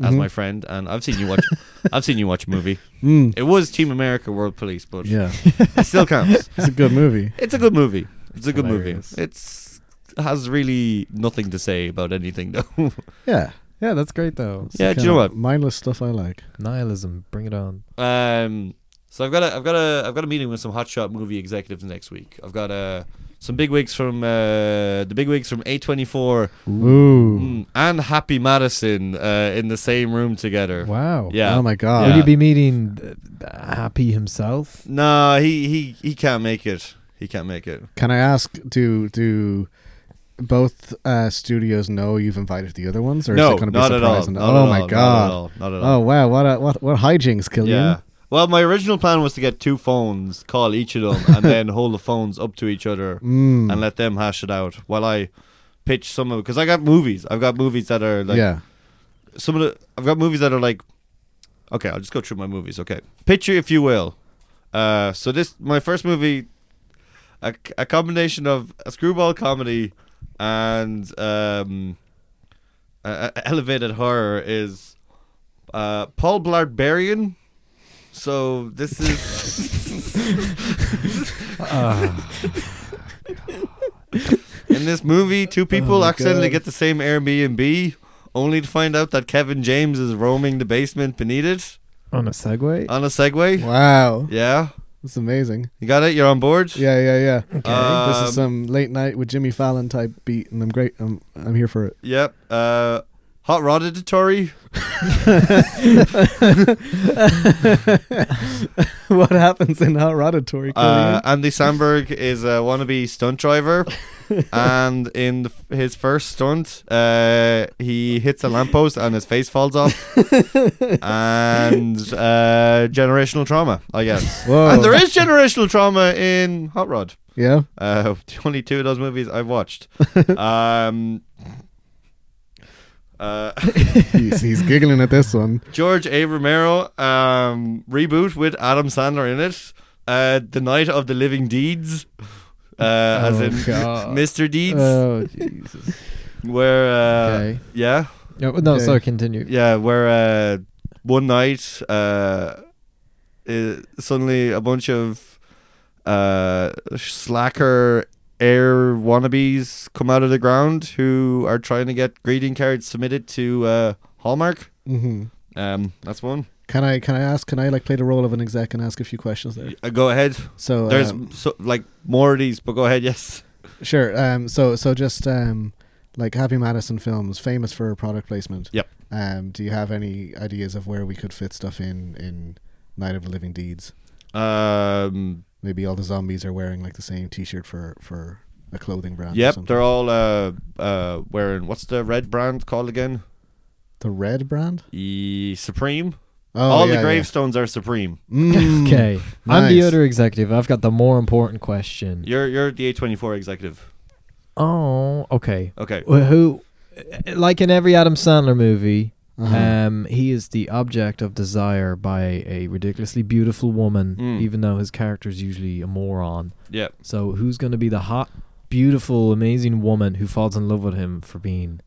as Mhm. my friend, and I've seen you watch. I've seen you watch a movie. Mm. It was Team America: World Police, but Yeah. it still counts. It's a good movie. It's a good movie. It's a good Hilarious. movie. It's has really nothing to say about anything though. Yeah. Yeah, that's great though. It's Yeah, do the you know kind of what? Mindless stuff I like. Nihilism, bring it on. um, so I've got a I've got a I've got a meeting with some hotshot movie executives next week. I've got uh, some big wigs from uh, the big wigs from A24 Ooh. mm, and Happy Madison uh, in the same room together. Wow. Yeah. Oh my god. Yeah. Will you be meeting uh, Happy himself? No, he he he can't make it. He can't make it. Can I ask do do both uh, studios know you've invited the other ones, or no, is it going to be not at all. surprising? Not oh at my all, Not god! at all. Not at all. Oh wow! What a, what what hijinks, Killian? Yeah. Well, my original plan was to get two phones, call each of them, and then hold the phones up to each other Mm. and let them hash it out while I pitch some of because I got movies. I've got movies that are like yeah. some of the I've got movies that are like okay, I'll just go through my movies. Okay, picture if you will. Uh, so this my first movie, a, a combination of a screwball comedy and um, uh, elevated horror is uh, Paul Barbarian. So this is. Ah. In this movie, two people Oh my accidentally God. get the same Airbnb, only to find out that Kevin James is roaming the basement beneath it on a Segway? on a Segway. Wow, Yeah, that's amazing. you got it. You're on board. Yeah, yeah, yeah. this Um, is some late night with Jimmy Fallon type beat, and I'm great. I'm I'm here for it. Yep. Uh, hot rodatory. what happens in Hot Rodatory? Uh, Andy Samberg is a wannabe stunt driver. and in the, f- his first stunt, uh, he hits a lamppost and his face falls off, and uh, generational trauma, I guess. Whoa. And there is generational trauma in Hot Rod. yeah. Uh, the only two of those movies I've watched. um, uh, He's, he's giggling at this one. George A. Romero um, reboot with Adam Sandler in it. Uh, the Night of the Living Deeds, uh, as Oh, in God. Mr. Deeds, Oh Jesus. where uh, okay. yeah, No, Oh, no Okay. sorry, continue. yeah, where uh, one night uh, i suddenly a bunch of uh, slacker air wannabes come out of the ground who are trying to get greeting cards submitted to uh, Hallmark. hmm Um, that's one. Can I can I ask? Can I like play the role of an exec and ask a few questions there? Uh, go ahead. So There's um, so, like more of these, but go ahead. Yes. Sure. Um. So so just um, like Happy Madison films, famous for product placement. Yep. Um. Do you have any ideas of where we could fit stuff in in Night of the Living Deeds? Um, Maybe all the zombies are wearing like the same T-shirt for for a clothing brand. or yep. something. They're all uh, uh, wearing what's the red brand called again? the red brand. E Supreme. Oh, all yeah, the yeah. gravestones are Supreme. Mm. Okay, I'm the Nice. other executive. I've got the more important question. You're you're the A24 executive. Oh, okay. Okay. Well, who, like in every Adam Sandler movie, Uh-huh. um, he is the object of desire by a ridiculously beautiful woman, Mm. even though his character is usually a moron. Yeah. So who's going to be the hot, beautiful, amazing woman who falls in love with him for being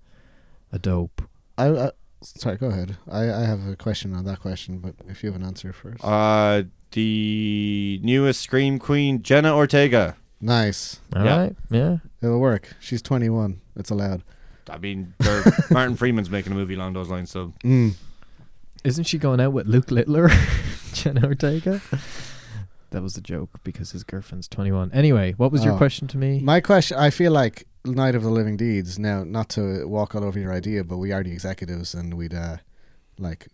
a dope? I, I sorry. Go ahead. I I have a question on that question, but if you have an answer first. Uh the newest Scream Queen, Jenna Ortega. nice. All Yeah. right, yeah. It'll work. She's 21. It's allowed. I mean, they're- Martin Freeman's making a movie along those lines, so Mm. Isn't she going out with Luke Littler, Jenna Ortega? That was a joke because his girlfriend's 21. Anyway, what was Oh. your question to me? My question. I feel like Night of the Living Deeds. Now, not to walk all over your idea, but we are the executives, and we'd uh, like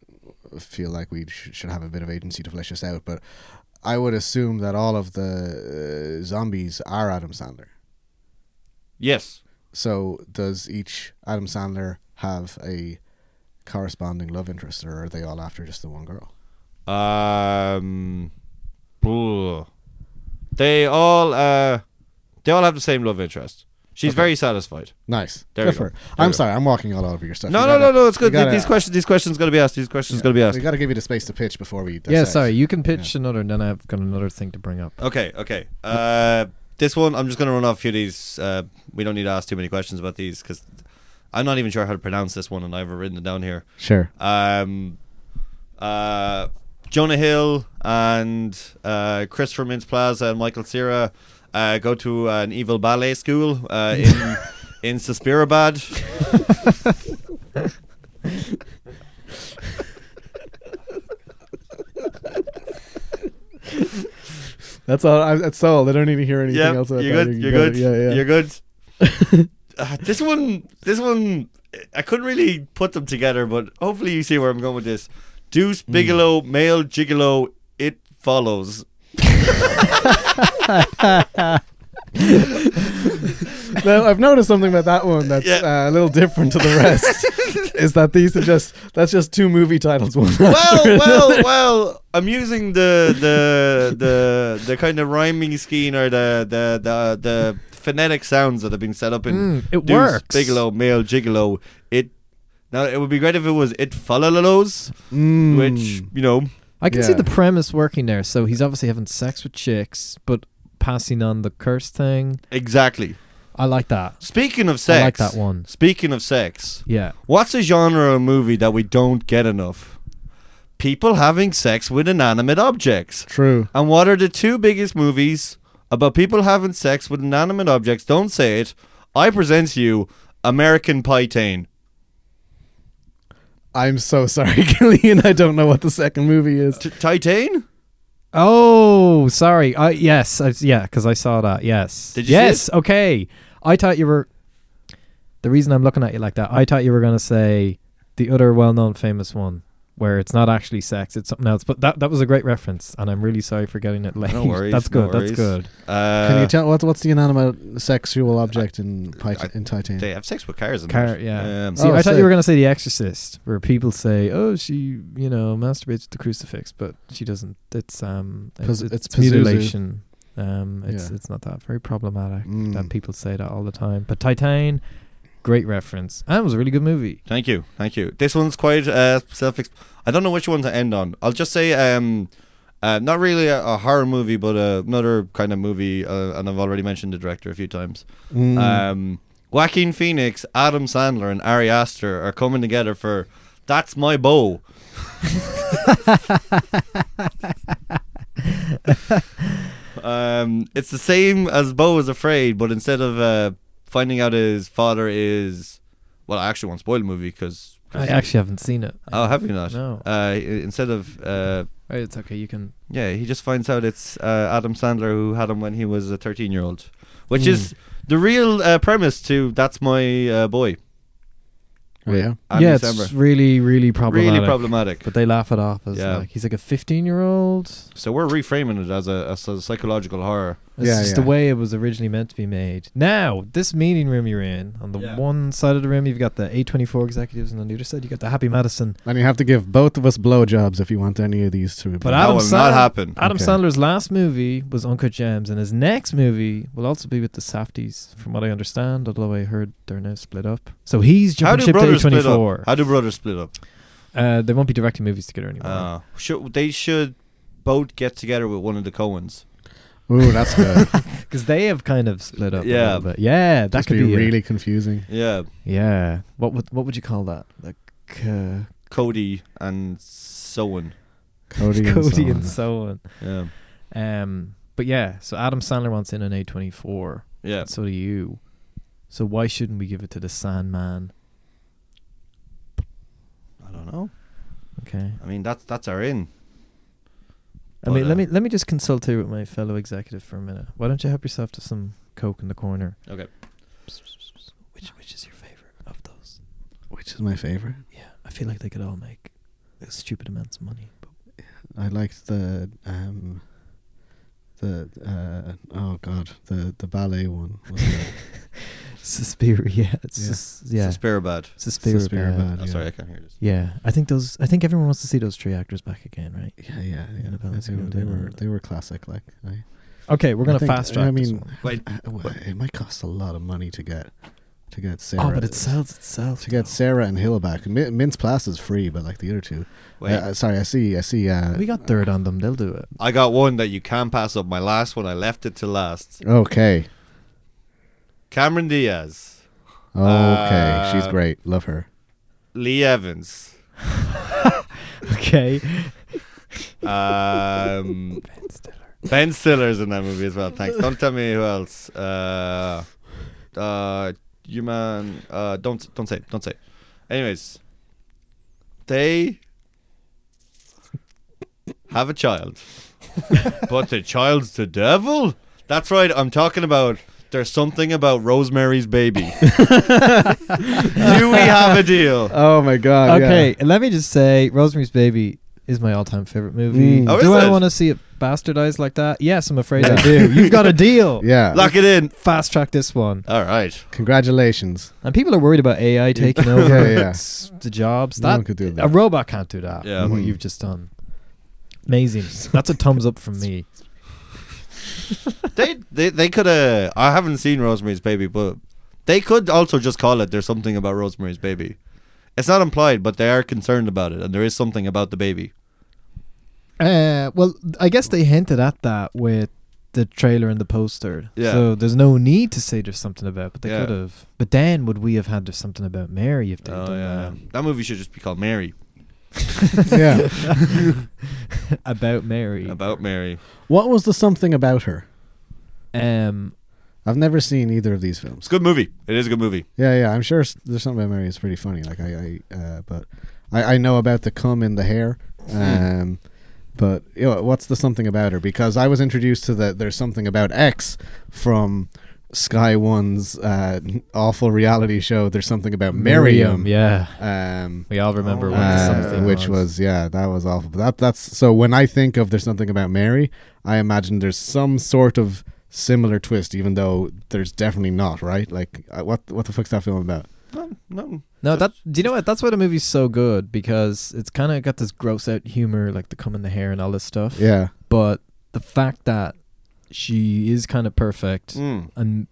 feel like we sh- should have a bit of agency to flesh this out. But I would assume that all of the uh, zombies are Adam Sandler. yes. So, does each Adam Sandler have a corresponding love interest, or are they all after just the one girl? Um ugh. They all uh they all have the same love interest. She's Okay. very satisfied. Nice. There Good we go. for her. There we I'm go. sorry. I'm walking all over your stuff. No, You no, no, gotta- no. It's you good. gotta- these questions, these questions, got to be asked. These questions, got to be We asked. got to give you the space to pitch before we. yeah, dissect. sorry. You can pitch another, and then I've got another thing to bring up. Okay, okay. Uh, this one, I'm just going to run off a few of these. Uh, we don't need to ask too many questions about these because I'm not even sure how to pronounce this one, and I've written it down here. Sure. Um, uh, Jonah Hill and uh, Christopher Mintz Plaza and Michael Cera uh, go to an evil ballet school uh, in in Suspirabad. That's all. I, that's all. They don't need to hear anything Yeah, you're else. about that. good. You You're got good. it. Yeah, yeah. You're good. Uh, this one, this one, I couldn't really put them together, but hopefully you see where I'm going with this. Deuce Hmm. Bigelow, male gigolo. It follows. now, I've noticed something about that one that's Yeah. uh, a little different to the rest. is that these are just that's just two movie titles. One. after Well, well, another. well. I'm using the the the the kind of rhyming scheme or the the the, the phonetic sounds that have been set up in Mm, it Deuce works. Bigelow, male gigolo. It. Now it would be great if it was it follows, Mm. Hmm. which you know. I can see Yeah. the premise working there. So he's obviously having sex with chicks, but passing on the curse thing. Exactly. I like that. Speaking of sex, I like that one. Speaking of sex, Yeah. what's a genre of movie that we don't get enough? People having sex with inanimate objects. True. And what are the two biggest movies about people having sex with inanimate objects? Don't say it. I present to you American Pytane. I'm so sorry, Gillian. I don't know what the second movie is. T- Titane? Oh, sorry. I yes, I, yeah, because I saw that. Yes. Did you see Yes. Okay. I thought you were. The reason I'm looking at you like that, I thought you were gonna say the other well-known, famous one, where it's not actually sex, it's something else. But that that was a great reference, and I'm really sorry for getting it late. worries, that's no good. that's worries. good. Uh, Can you tell what what's the inanimate sexual object in Pit- I- in Titan? They have sex with cars. in Car, that. yeah. Um, See, Oh, I thought you were sick. going to say The Exorcist, where people say, "Oh, she, you know, masturbates with the crucifix," but she doesn't. It's um, it's, Pos- it's, it's Pazuzu. mutilation. Um, it's Yeah. it's not that very problematic Mm. that people say that all the time. But Titan, great reference, and it was a really good movie. Thank you, thank you. This one's quite uh, self. Exp- I don't know which one to end on. I'll just say, um, uh, not really a, a horror movie, but uh, another kind of movie, uh, and I've already mentioned the director a few times. Mm. Um, Joaquin Phoenix, Adam Sandler, and Ari Aster are coming together for "That's My Bow." um, it's the same as Bo is afraid, but instead of uh, finding out his father is, well, I actually won't spoil the movie because I actually haven't seen it. Oh, have you not? No, Uh, instead of uh, Oh, it's okay. You can. yeah, he just finds out it's uh, Adam Sandler who had him when he was a thirteen-year-old, which Hmm. is the real uh, premise to "That's My uh, Boy." oh, yeah. Andy yeah, Samberg. it's really, really problematic. really problematic. But they laugh it off as Yeah. like he's like a fifteen-year-old. So we're reframing it as a, as a psychological horror. It's Yeah, just yeah. the way it was originally meant to be made. Now, this meeting room you're in, on the Yeah. one side of the room, you've got the A24 executives, and on the other side, you got the Happy Madison. And you have to give both of us blowjobs if you want any of these to. But that Adam will Sandler- not happen. Adam Okay. Sandler's last movie was Uncut Gems, and his next movie will also be with the Safties, from what I understand, although I heard they're now split up. So he's How jumping do ship to brothers split up? A24. How do brothers split up? Uh, they won't be directing movies together anymore. Uh, should, they should both get together with one of the Coens. ooh, that's good. Because they have kind of split up. Yeah. Yeah. But yeah, that that could be, be, it. really confusing. Yeah, Yeah. What would, what would you call that? Like, uh, Cody and Sowen. Cody, Cody and and so so on. Yeah, Um, but yeah, so Adam Sandler wants in an A24. yeah. So do you. So why shouldn't we give it to the Sandman? I don't know. Okay. I mean, that's that's our in. I But, mean, uh, let me let me just consult here with my fellow executive for a minute. Why don't you help yourself to some coke in the corner? Okay. Which which is your favorite of those? on. which is my favorite. Yeah, I feel like they could all make stupid amounts of money. But I liked the um, the uh, oh god, the the ballet one. Was good. Suspiria, yeah, it's Yeah. Sus- yeah, Suspirabad. Suspiria. Suspiria bad. bad. Oh, Yeah. sorry, I can't hear this. Yeah, I think those. I think everyone wants to see those three actors back again, right? yeah, yeah, yeah. Annabelle is They, were- good, they were Annabelle. they were classic. Like I, Okay, we're I gonna think- fast track. I this mean, one. Wait, I- well, it might cost a lot of money to get to get Sarah. oh, but it sells itself. to get though. Sarah and Hill back. Min- Mince Plus is free, but like the other two. wait. Uh, uh, sorry, I see. I see. Uh, We got third on them. They'll do it. I got one that you can pass up. My last one, I left it to last. Okay. Cameron Diaz, Okay. She's Uh, great. Love her. Lee Evans. Okay. Um, Ben Stiller's in that movie as well. Thanks. Don't tell me who else. Uh, uh, you man. Uh, don't don't say. Don't say. Anyways, they have a child, but the child's the devil. That's right. I'm talking about. There's something about Rosemary's Baby. Do we have a deal? Oh my god. okay. Let me just say, Rosemary's Baby is my all-time favorite movie. Mm. Oh, do is I it? want to see it bastardized like that? Yes, I'm afraid I Yeah. do. You've got a deal. Yeah. Lock it in. Fast track this one. All right. Congratulations. And people are worried about AI taking Yeah, over yeah. s- the jobs. No That Mm. one could do a that. robot can't do that. Yeah. What Mhm. you've just done. Amazing. That's a thumbs up from me. they they they could uh I haven't seen Rosemary's Baby, but they could also just call it there's something about Rosemary's Baby. It's not implied, but they are concerned about it, and there is something about the baby. Uh, well, I guess they hinted at that with the trailer and the poster. Yeah. So there's no need to say there's something about, but they Yeah. could have. But then would we have had there's something about Mary if they had Oh done yeah, that? that movie should just be called Mary yeah. about Mary. about Mary. What was the something about her? Um, I've never seen either of these It's films. a good movie. It is a good movie. Yeah, yeah. I'm sure s- there's something about Mary. It's pretty funny. Like I, I uh, but I, I know about the cum in the hair. Um, but you know, what's the something about her? Because I was introduced to the there's something about X from Sky One's uh, awful reality show. There's something about Miriam, Miriam. Yeah, Um, we all remember Oh, when yeah. uh, something which was. yeah, that was awful. But that that's so. When I think of there's something about Mary, I imagine there's some sort of similar twist, even though there's definitely not. Right? Like, uh, what what the fuck's that film about? No, no. No, that do you know what? That's why the movie's so good because it's kind of got this gross out humor, like the comb in the hair and all this stuff. Yeah, But the fact that she is kind of perfect Mm. and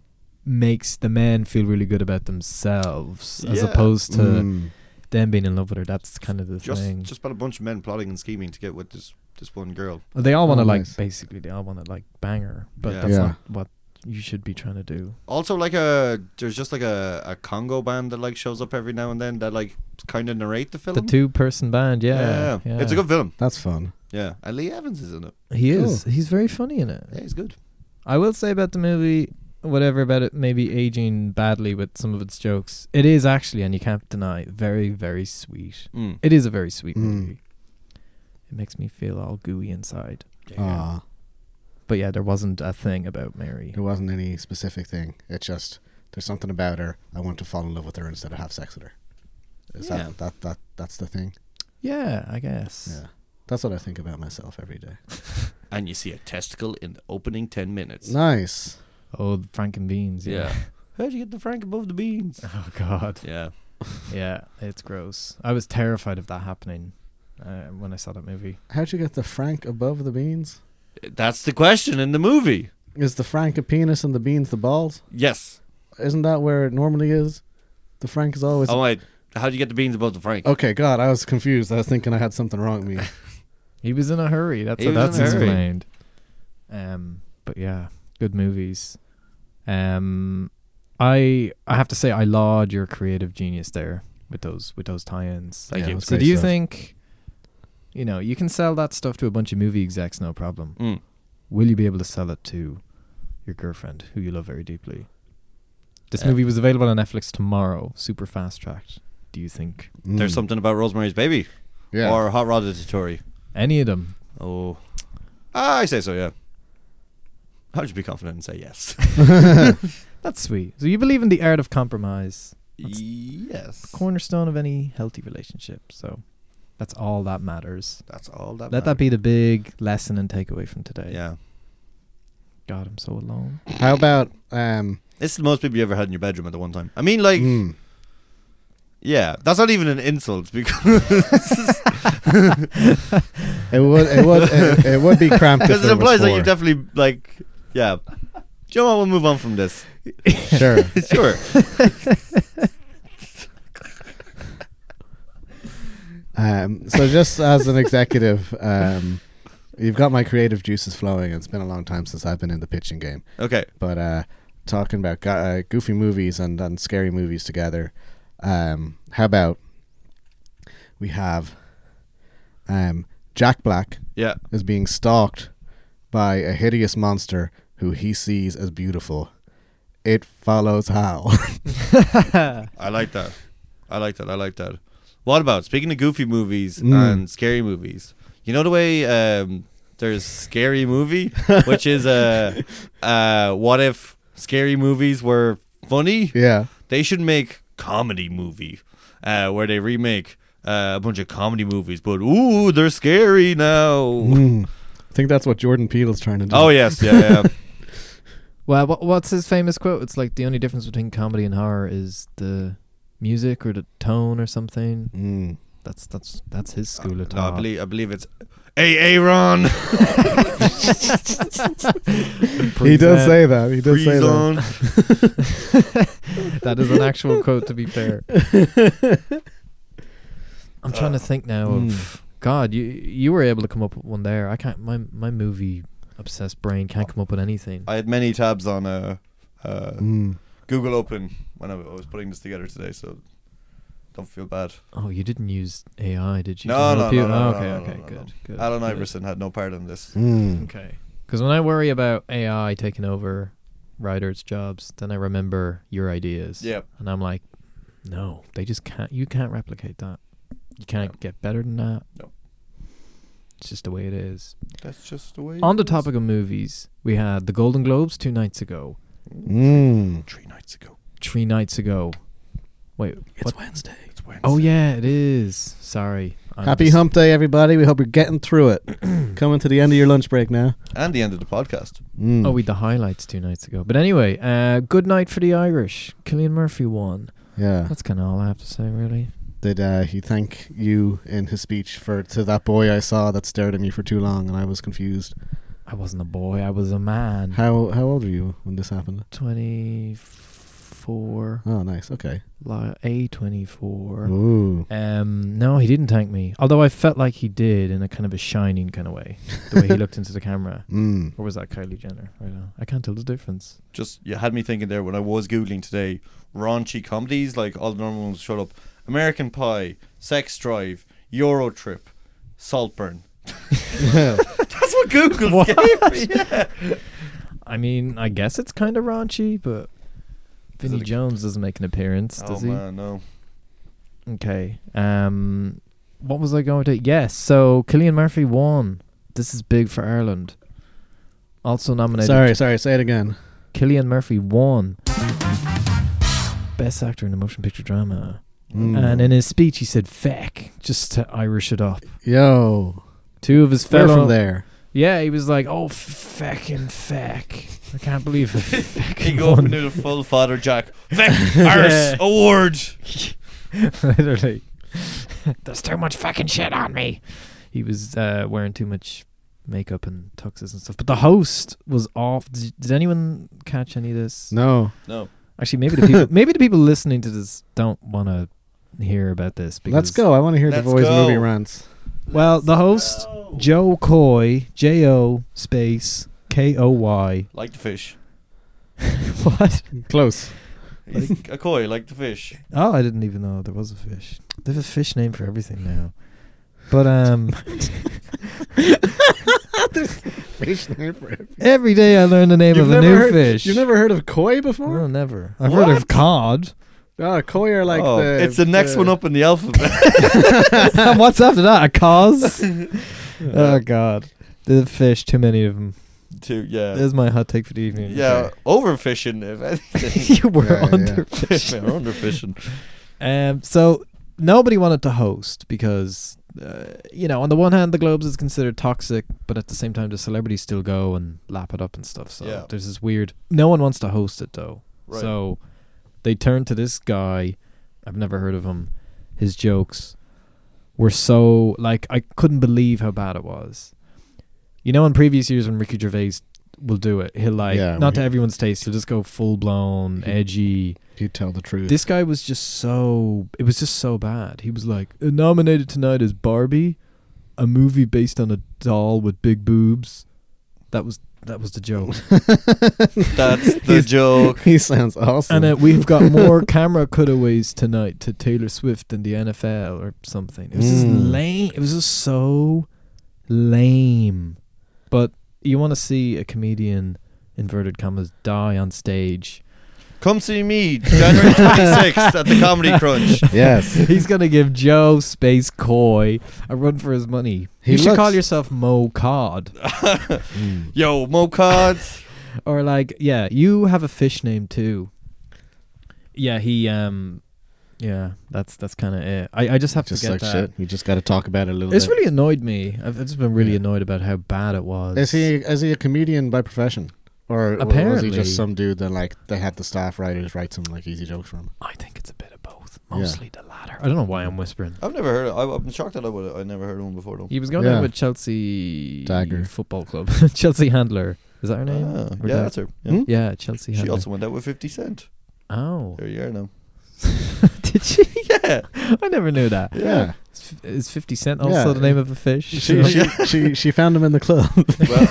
makes the men feel really good about themselves as Yeah. opposed to Mm. them being in love with her. That's kind of the Just, thing. just about a bunch of men plotting and scheming to get with this this one girl. Well, they all want to Oh, like nice. basically they all want to like bang her, but Yeah. that's Yeah. not what you should be trying to do. Also, like a there's just like a, a Congo band that like shows up every now and then that like kind of narrate the film. The two person band, yeah, yeah, it's a good film. that's fun. Yeah, and Lee Evans is in it. He is. He's very funny in it. Yeah, he's good. I will say about the movie, whatever about it, maybe aging badly with some of its jokes. It is actually, and you can't deny, very, very sweet. Mm. It is a very sweet Mm. movie. It makes me feel all gooey inside. Ah, But yeah, there wasn't a thing about Mary. there wasn't any specific thing. It's just there's something about her. I want to fall in love with her instead of have sex with her. Is Yeah. that, that that that's the thing? Yeah, I guess. Yeah, that's what I think about myself every day. And you see a testicle in the opening ten minutes. Nice. Oh, the Frank and Beans. Yeah. Yeah. How'd you get the Frank above the beans? Oh God. Yeah. Yeah, it's gross. I was terrified of that happening uh, when I saw that movie. How'd you get the frank above the beans? That's the question in the movie. Is the frank a penis and the beans the balls? Yes. Isn't that where it normally is? The frank is always. oh, wait. How'd you get the beans above the Frank? Okay, God, I was confused. I was thinking I had something wrong with me. He was in a hurry. That's He how was that's in a hurry. explained. Um, but yeah, good movies. Um, I I have to say I laud your creative genius there with those with those tie-ins. Thank Yeah, you. it was so great do you stuff. think, you know, you can sell that stuff to a bunch of movie execs, no problem. Mm. Will you be able to sell it to your girlfriend who you love very deeply? This Uh, movie was available on Netflix tomorrow, super fast tracked. Do you think There's Mm. something about Rosemary's Baby Yeah. or Hot Rod Auditory. any of them? Oh. Ah, I say so, yeah. I'd just be confident and say yes. That's sweet. So you believe in the art of compromise. That's- yes. cornerstone of any healthy relationship. So that's all that matters. That's all that Let that be the big lesson and takeaway from today. Yeah. God, I'm so alone. How about um? It's the most people you ever had in your bedroom at the one time. I mean, like, mm, yeah. That's not even an insult because it would it would it, it would be cramped. if because it there was implies that you four. definitely, like, yeah. Do you know what? We'll move on from this. sure. sure. Um, so just as an executive, um, you've got my creative juices flowing. It's been a long time since I've been in the pitching game. Okay. but uh, talking about go- uh, goofy movies and, and scary movies together, um, how about we have um, Jack Black Yeah. is being stalked by a hideous monster who he sees as beautiful. It follows how. I like that. I like that. I like that. What about speaking of goofy movies Mm. and scary movies? You know the way um, there's scary movie, which is a uh, uh, what if scary movies were funny? yeah. They should make comedy movie uh, where they remake uh, a bunch of comedy movies, but ooh, they're scary now. Mm. I think that's what Jordan Peele is trying to do. oh yes, yeah, yeah. Well, what, what's his famous quote? It's like the only difference between comedy and horror is the music or the tone or something. Mm. That's that's that's his school of Uh, no, I thought. believe I believe it's Aaron. He does say that. He does say that. Prison. that is an actual quote. To be fair, I'm trying to think now of God. You you were able to come up with one there. I can't. My my movie obsessed brain can't come up with anything. I had many tabs on uh, uh, Mm. Google Open when I was putting this together today, so don't feel bad. Oh, you didn't use AI, did you? No, to help no, no, you? no, no, Oh, okay, no, no, okay, no, good, no. good. Alan good. Iverson had no part in this. Mm. Okay, because when I worry about AI taking over writers' jobs, then I remember your ideas. Yeah, and I'm like, no, they just can't. You can't replicate that. You can't get better than that. No. It's just the way it is. that's just the way. On the topic of movies, we had the Golden Globes two nights ago, Mm. three nights ago. three nights ago. Wait, what? Wednesday. It's Wednesday. Oh yeah, it is. Sorry. I'm Happy just- hump day, everybody. We hope you're getting through it. Coming to the end of your lunch break now. and the end of the podcast. Mm. Oh, we had the highlights two nights ago. But anyway, uh, good night for the Irish. Killian Murphy won. yeah. That's kind of all I have to say, really. Did uh, he thank you in his speech for to that boy I saw that stared at me for too long and I was confused? I wasn't a boy. I was a man. How how old were you when this happened? Twenty-four. Oh, nice. Okay. Like a twenty-four. Ooh. Um, no, he didn't thank me. Although I felt like he did in a kind of a shining kind of way, the way he looked into the camera. Mm. Or was that Kylie Jenner? I don't know. I can't tell the difference. Just you had me thinking there when I was googling today. Raunchy comedies like all the normal ones. Shut up. American Pie, Sex Drive, Euro Trip, Saltburn. That's what Google What? gave me. Yeah. I mean, I guess it's kind of raunchy, but Vinny it a- Jones doesn't make an appearance, Oh does he? man, no. Okay. Um, what was I going to? Yes. So Killian Murphy won. This is big for Ireland. Also nominated. sorry, sorry. Say it again. Killian Murphy won Best Actor in a Motion Picture Drama. Mm. And in his speech, he said "feck" just to Irish it up. Yo, Two of his we're fellow. from there. Yeah, he was like, "Oh, feckin' feck! I can't believe it." He feckin' go up won." and do the full Father Jack Vic Arse Yeah. Award. Literally. There's too much fucking shit on me. He was uh, wearing too much makeup and tuxes and stuff. But the host was off. Did, did anyone catch any of this? No, No, Actually, maybe the people maybe the people listening to this don't want to hear about this. Because let's go. I want to hear the Let's boys' go. movie rants. Well, the host Joe Coy, J O space K O Y. like the fish. what? Close. Like a koi, like the fish. Oh, I didn't even know there was a fish. They have a fish name for everything now. But um, every day I learn the name You've of a never new heard- fish. You've never heard of koi Oh, before? never. I've heard of cod. Oh, koi are like Oh, the. it's the next one up in the alphabet. And What's after that? A cause? oh God, the fish. Too many of them. Too, yeah, There's my hot take for the evening. yeah. Overfishing, if anything. you were Yeah, yeah. underfishing. We're underfishing. Um, so nobody wanted to host because, uh, you know, on the one hand, the Globes is considered toxic, but at the same time, the celebrities still go and lap it up and stuff. So Yeah. there's this weird. No one wants to host it though. Right. So they turned to this guy. I've never heard of him. His jokes were so like I couldn't believe how bad it was. You know, in previous years when Ricky Gervais will do it, he'll like Yeah, we- not to everyone's taste. He'll just go full blown He- edgy. You tell the truth. This guy was just so. It was just so bad. He was like "Uh, nominated tonight is Barbie, a movie based on a doll with big boobs. That was that was the joke. That's the joke. he sounds awesome. and uh, we've got more camera cutaways tonight to Taylor Swift and the NFL or something. It was just Mm. lame. It was just so lame. But you want to see a comedian inverted commas die on stage. Come see me January 26th at the Comedy Crunch. yes. He's gonna give Joe Space Coy a run for his money. He you should call looks- yourself Mo Cod, Mm. Yo, Mocod. or like, yeah, you have a fish name too. Yeah, he, um, yeah, that's that's kind of it. I, I just have Just to get like that. shit. You just got to talk about it a little It's bit. really annoyed me. I've, I've just been really Yeah. annoyed about how bad it was. Is he is he a comedian by profession, or Apparently. was he Apparently. just some dude that like they had the staff writers write some like easy jokes for him? I think it's a bit of both, Yeah. mostly the latter. I don't know why I'm whispering. I've never heard of I, I'm shocked that I would I never heard of one before, though. He was going Yeah. out with Chelsea Dagger. Oh, Football Club, Chelsea Handler. Is that her name? Ah, Or yeah, Dag- that's her. Yeah. Hmm? Yeah, Chelsea She Handler. also went out with 50 Cent. oh, There you are now. did she? Yeah. I never knew that. Yeah, Is f- Is 50 Cent Yeah. also the name of a fish? she she, she she found him in the club. Well,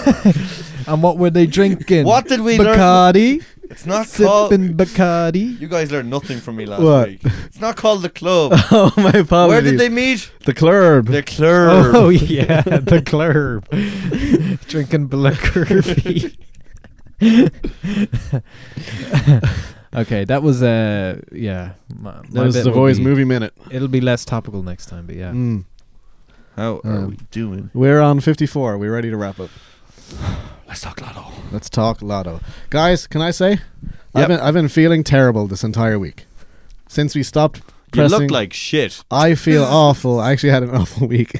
And what were they drinking? what did we learn? Bacardi. It's not called. Sipping Bacardi. You guys learned nothing from me last What? week. It's not called the club. oh my apologies. Where did they meet? The club. The club. Oh yeah, the club drinking Blacurvy. okay, that was uh yeah. My, my that was bit the will boys' be- movie minute. It'll be less topical next time, but yeah. Mm. How Um, doing? We're on fifty four. We're ready to wrap up. Let's talk lotto. Let's talk lotto. Guys, can I say? I've Yep. been I've been feeling terrible this entire week. Since we stopped You pressing look like shit. I feel awful. I actually had an awful week.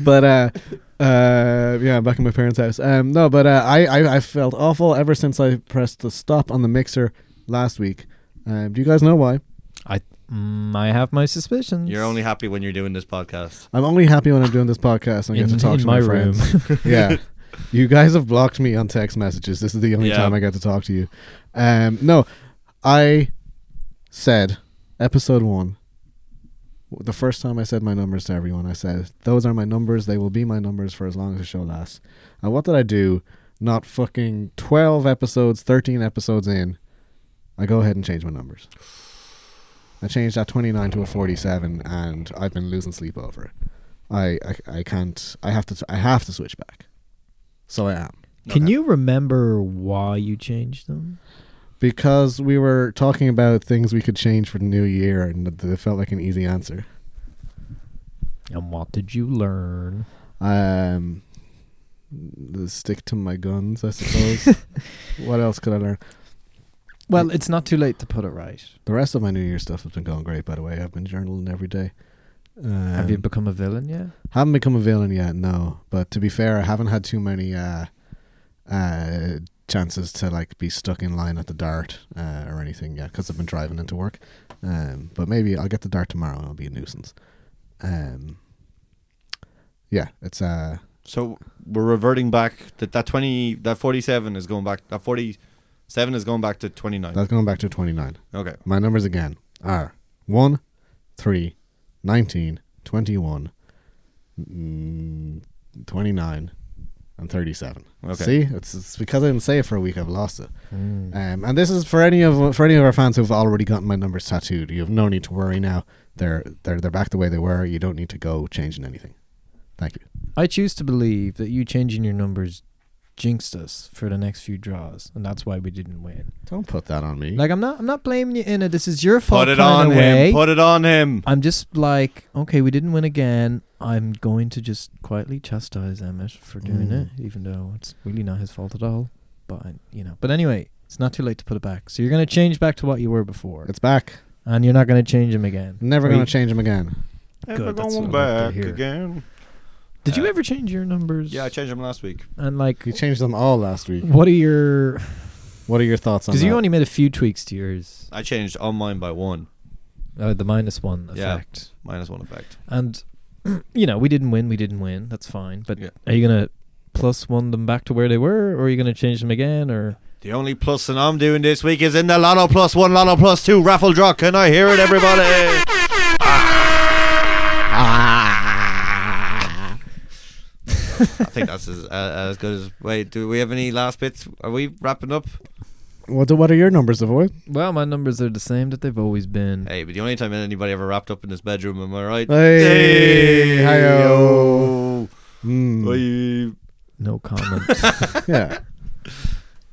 but uh uh yeah, I'm back in my parents' house. Um no, but uh, I, I I felt awful ever since I pressed the stop on the mixer last week. Um, do you guys know why? Mm, I have my suspicions. You're only happy when you're doing this podcast. I'm only happy when I'm doing this podcast and I in, get to talk in to my, my, room. friends. yeah. You guys have blocked me on text messages. This is the only Yeah. time I get to talk to you. Um, no, I said episode one. w- The first time I said my numbers to everyone, I said, Those are my numbers. They will be my numbers for as long as the show lasts. And what did I do? Not fucking 12 episodes, 13 episodes in, I go ahead and change my numbers. I changed that 29 to a 47, and I've been losing sleep over it. I, I, I can't. I have to. I have to switch back. So I am Can Okay. you remember why you changed them? because we were talking about things we could change for the new year, and th- it felt like an easy answer. And what did you learn? Um, the stick to my guns, I suppose. what else could I learn? Well, it's not too late to put it right. The rest of my New Year stuff has been going great, by the way. I've been journaling every day. Um, have you become a villain yet? Haven't become a villain yet, no. But to be fair, I haven't had too many uh, uh, chances to like be stuck in line at the dart uh, or anything yet because I've been driving into work. Um, but maybe I'll get the dart tomorrow and I'll be a nuisance. Um, yeah, it's uh, So we're reverting back that that twenty that forty seven is going back that forty seven is going back to twenty nine. that's going back to twenty nine. Okay. My numbers again are 1, 3, 19, 21, mm, 29, and 37. Okay. See, it's, it's because I didn't say it for a week, I've lost it. Mm. Um, and this is for any of for any of our fans who've already gotten my numbers tattooed. You have no need to worry now. They're they're they're back the way they were. You don't need to go changing anything. Thank you. I choose to believe that you changing your numbers jinxed us for the next few draws, and that's why we didn't win. Don't put that on me. Like I'm not, I'm not blaming you in it. This is your fault. Put it kinda on way. him. Put it on him. I'm just like, okay, we didn't win again. I'm going to just quietly chastise Emmett for doing Mm. it, even though it's really not his fault at all. But I, you know, but anyway, it's not too late to put it back. So you're gonna change back to what you were before, it's back. and you're not gonna change him again. Never Are gonna you- change them again. Good, Never that's going what I like back to hear. again. Did you Uh, ever change your numbers? Yeah, I changed him last week. and like, You changed them all last week. what are your? What are your thoughts on Because that? you only made a few tweaks to yours. I changed on mine by one Oh, the minus one Yeah. effect. minus one effect. And you know, we didn't win. We didn't win. That's fine. But Yeah. are you gonna plus one them back to where they were, or are you gonna change them again, or? The only plus that I'm doing this week is in the Lotto Plus One, Lotto Plus Two raffle draw. Can I hear it, everybody? Ah. I think that's as, uh, as good as. Wait, do we have any last bits? Are we wrapping up? what, what are your numbers, Devoy? Well, my numbers are the same that they've always been. Hey, but the only time anybody ever wrapped up in this bedroom, am I right? Hey, Hey-o. hi-yo. Mm. Hey. No comment. yeah.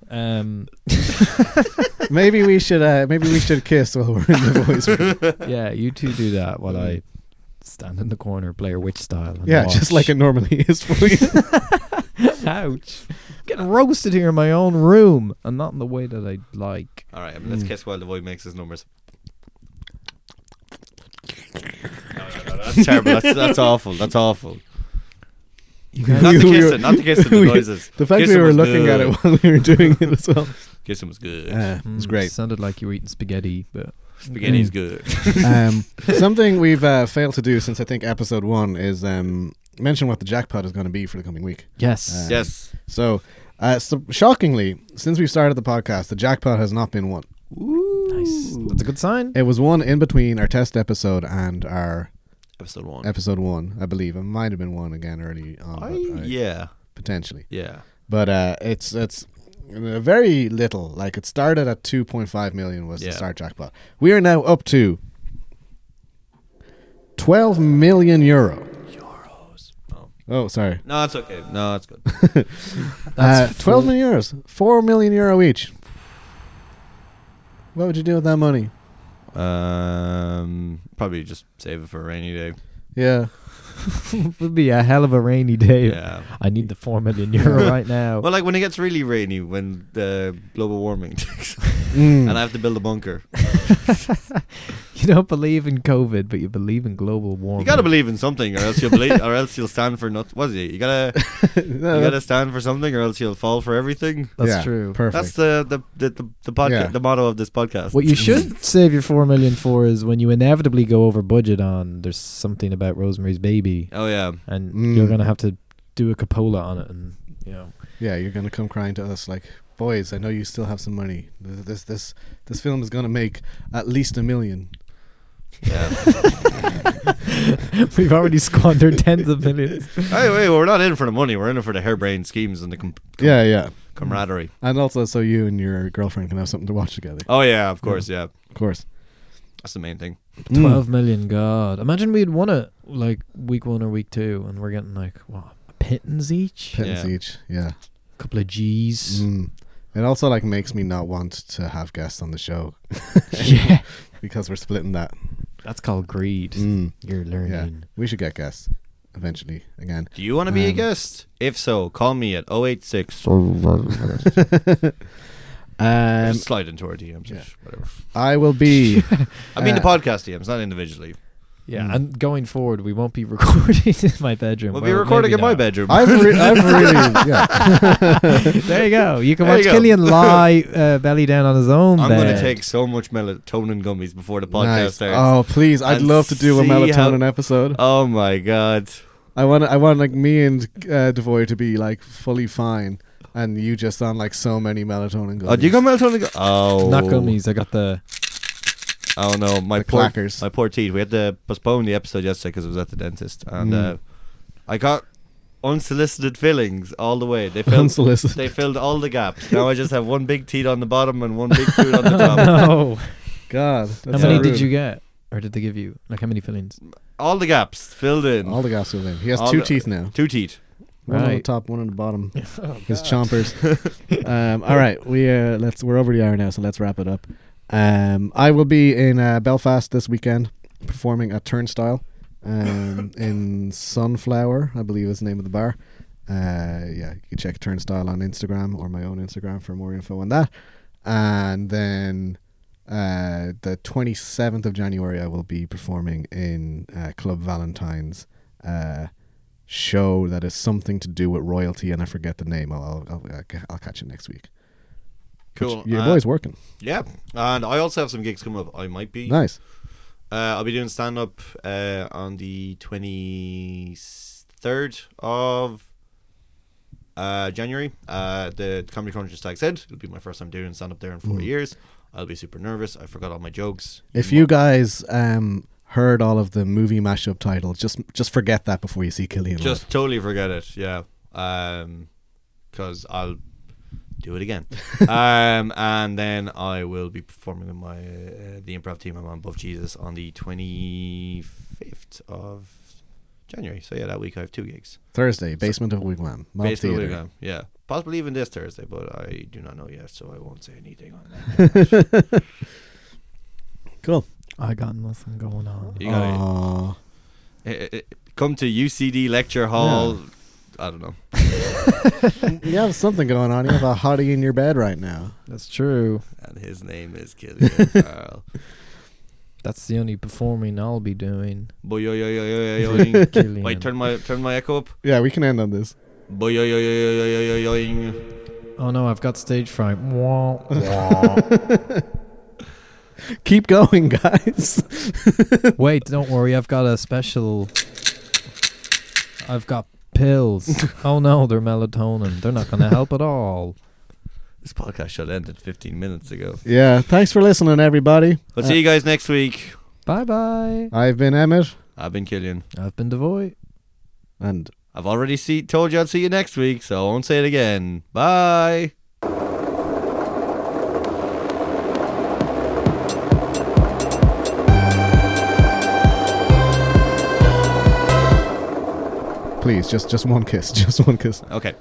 um, Maybe we should uh, maybe we should kiss while we're in the voice room. yeah, you two do that while I stand in the corner, Blair Witch style. and Yeah, just watch. like it normally is for you. ouch, getting roasted here in my own room, and not in the way that I like. All right, I mean, let's Mm. kiss while the boy makes his numbers. No, no, no, that's terrible. That's, that's awful. That's awful. You Not guys, the We were- kissing. Not the kissing. The we- noises. The fact Kissing we were was looking at good. it while we were doing it as well. Kissing was good. Uh, it was great. Mm, Sounded like you were eating spaghetti, but Spaghetti's Mm. good. Um, something we've uh, failed to do since I think episode one is um, mention what the jackpot is going to be for the coming week. yes, Uh, yes. So, uh, so, shockingly, since we started the podcast, the jackpot has not been won. nice. That's a good sign. It was one in between our test episode and our Episode one. episode one, I believe. It might have been one again early on, I, but I- yeah. potentially. Yeah. but uh, it's it's very little. Like it started at two point five million was Yeah. the start jackpot. We are now up to twelve million euro. Oh. Oh, sorry. No, it's okay. No, it's good. Uh, That's twelve million euros, four million euro each. What would you do with that money? Um, probably just save it for a rainy day. Yeah. it would be a hell of a rainy day. Yeah. I need the four million euro right now. Well, like when it gets really rainy, when the global warming takes, Mm. and I have to build a bunker. you don't believe in COVID, but you believe in global warming. You gotta believe in something, or else you'll believe, or else you'll stand for nothing. What is it? You gotta, No, you that- gotta stand for something, or else you'll fall for everything. That's yeah, true. Perfect. That's the the the, the, the podcast, Yeah. the motto of this podcast. What you should save your four million for is when you inevitably go over budget on. There's something about Rosemary's Baby, Oh yeah, and Mm. you're gonna have to do a Capola on it, and you know. yeah, you're gonna come crying to us like, boys, I know you still have some money. Th- This this this film is gonna make at least a million. yeah. We've already squandered tens of millions. hey, wait, we're not in for the money. We're in it for the harebrained schemes and the com- com- Yeah, yeah. camaraderie. And also, so you and your girlfriend can have something to watch together. Oh yeah, of course, yeah. Of course. Mm. That's the main thing. Twelve million, God! Imagine we'd won it like week one or week two, and we're getting like what a pittance each, a Pittance Yeah. each. Yeah. couple of G's. Mm. It also like makes me not want to have guests on the show yeah, Hmm. because we're splitting that. that's called greed. Mm. You're learning. We should get guests eventually again. Do you want to be a Um, guest? If so, call me at 086. Um, Just slide into our DMs. yeah. Whatever. I will be. I mean, the Uh, podcast DMs, not individually. Yeah, Mm. and going forward, we won't be recording in my bedroom. We'll be Well, recording maybe in my not. bedroom. I've, re- I've really. Yeah. there you go. You can There watch you go. Killian lie uh, belly down on his own I'm bed. going to take so much melatonin gummies before the podcast Nice. starts. Oh. Oh please! I'd And love to do a see how- Oh. melatonin episode. my God. I want. I want like me and uh, Devoy to be like fully fine, and you just on like so many melatonin. Gummies. Oh, do you got melatonin? Gu- oh. not gummies. I got the Oh, no. My The poor, clackers. my poor teeth. We had to postpone the episode yesterday because I was at the dentist. And Mm. uh, I got unsolicited fillings all the way. They filled, Unsolicited. they filled all the gaps. Now I just have one big teeth on the bottom and one big tooth on the top. no. God, that's How so many did rude. you get, or did they give you? Like how many fillings? All the gaps filled in. All the gas was in. He has All two the- teeth now. Two teeth. One on the Right. top, one on the bottom. His chompers. um, all right, we uh, let's we're over the hour now, so let's wrap it up. Um, I will be in uh, Belfast this weekend performing at Turnstile um, in Sunflower, I believe is the name of the bar. Uh, yeah, you can check Turnstile on Instagram or my own Instagram for more info on that. And then uh, the 27th of January, I will be performing in uh, Club Valentine's. Uh, show that is something to do with royalty, and I forget the name. I'll I'll, I'll, ca- I'll catch you next week. Cool. Your Uh, boy's working. Yeah. And I also have some gigs coming up. I might be. Nice. Uh, I'll be doing stand up uh, on the 23rd of uh, January. Uh, the Comedy Crunch in Stag's Head. It'll be my first time doing stand up there in four Mm. years. I'll be super nervous. I forgot all my jokes. If you guys um heard all of the movie mashup titles, just just forget that before you see Killian. live. Just totally forget it. Yeah. Um, because I'll do it again. um, and then I will be performing with my uh, the improv team I'm on Buff Jesus on the 25th of January. So yeah, that week I have two gigs. Thursday, basement of Wigwam, Mob Basically, Theatre. we're gonna- Yeah. Possibly even this Thursday, but I do not know yet, so I won't say anything on that. Cool. I got nothing going on. you gotta, Aw. Eh, eh, eh, come to UCD Lecture Hall. I don't know. you have something going on. You have a hottie in your bed right now. That's true. And his name is Killian Farrell. That's the only performing I'll be doing. Boy, yo, yo, yo, yo, yo, yo. Killian. Wait, turn my turn my echo up. Yeah, we can end on this. Boy, yo, yo, yo, yo, yo, yo, yo, yo. Oh no, I've got stage fright. Wah, wah. Keep going, guys. Wait, don't worry. I've got a special. I've got pills. oh no, they're melatonin. They're not going to help at all. This podcast should have ended 15 minutes ago. yeah, thanks for listening, everybody. I'll see you guys next week. Bye bye. I've been Emmett, I've been Killian. I've been devoid. and I've already see, told you I'd see you next week, so I won't say it again. Bye. please, just just one kiss, just one kiss. Okay.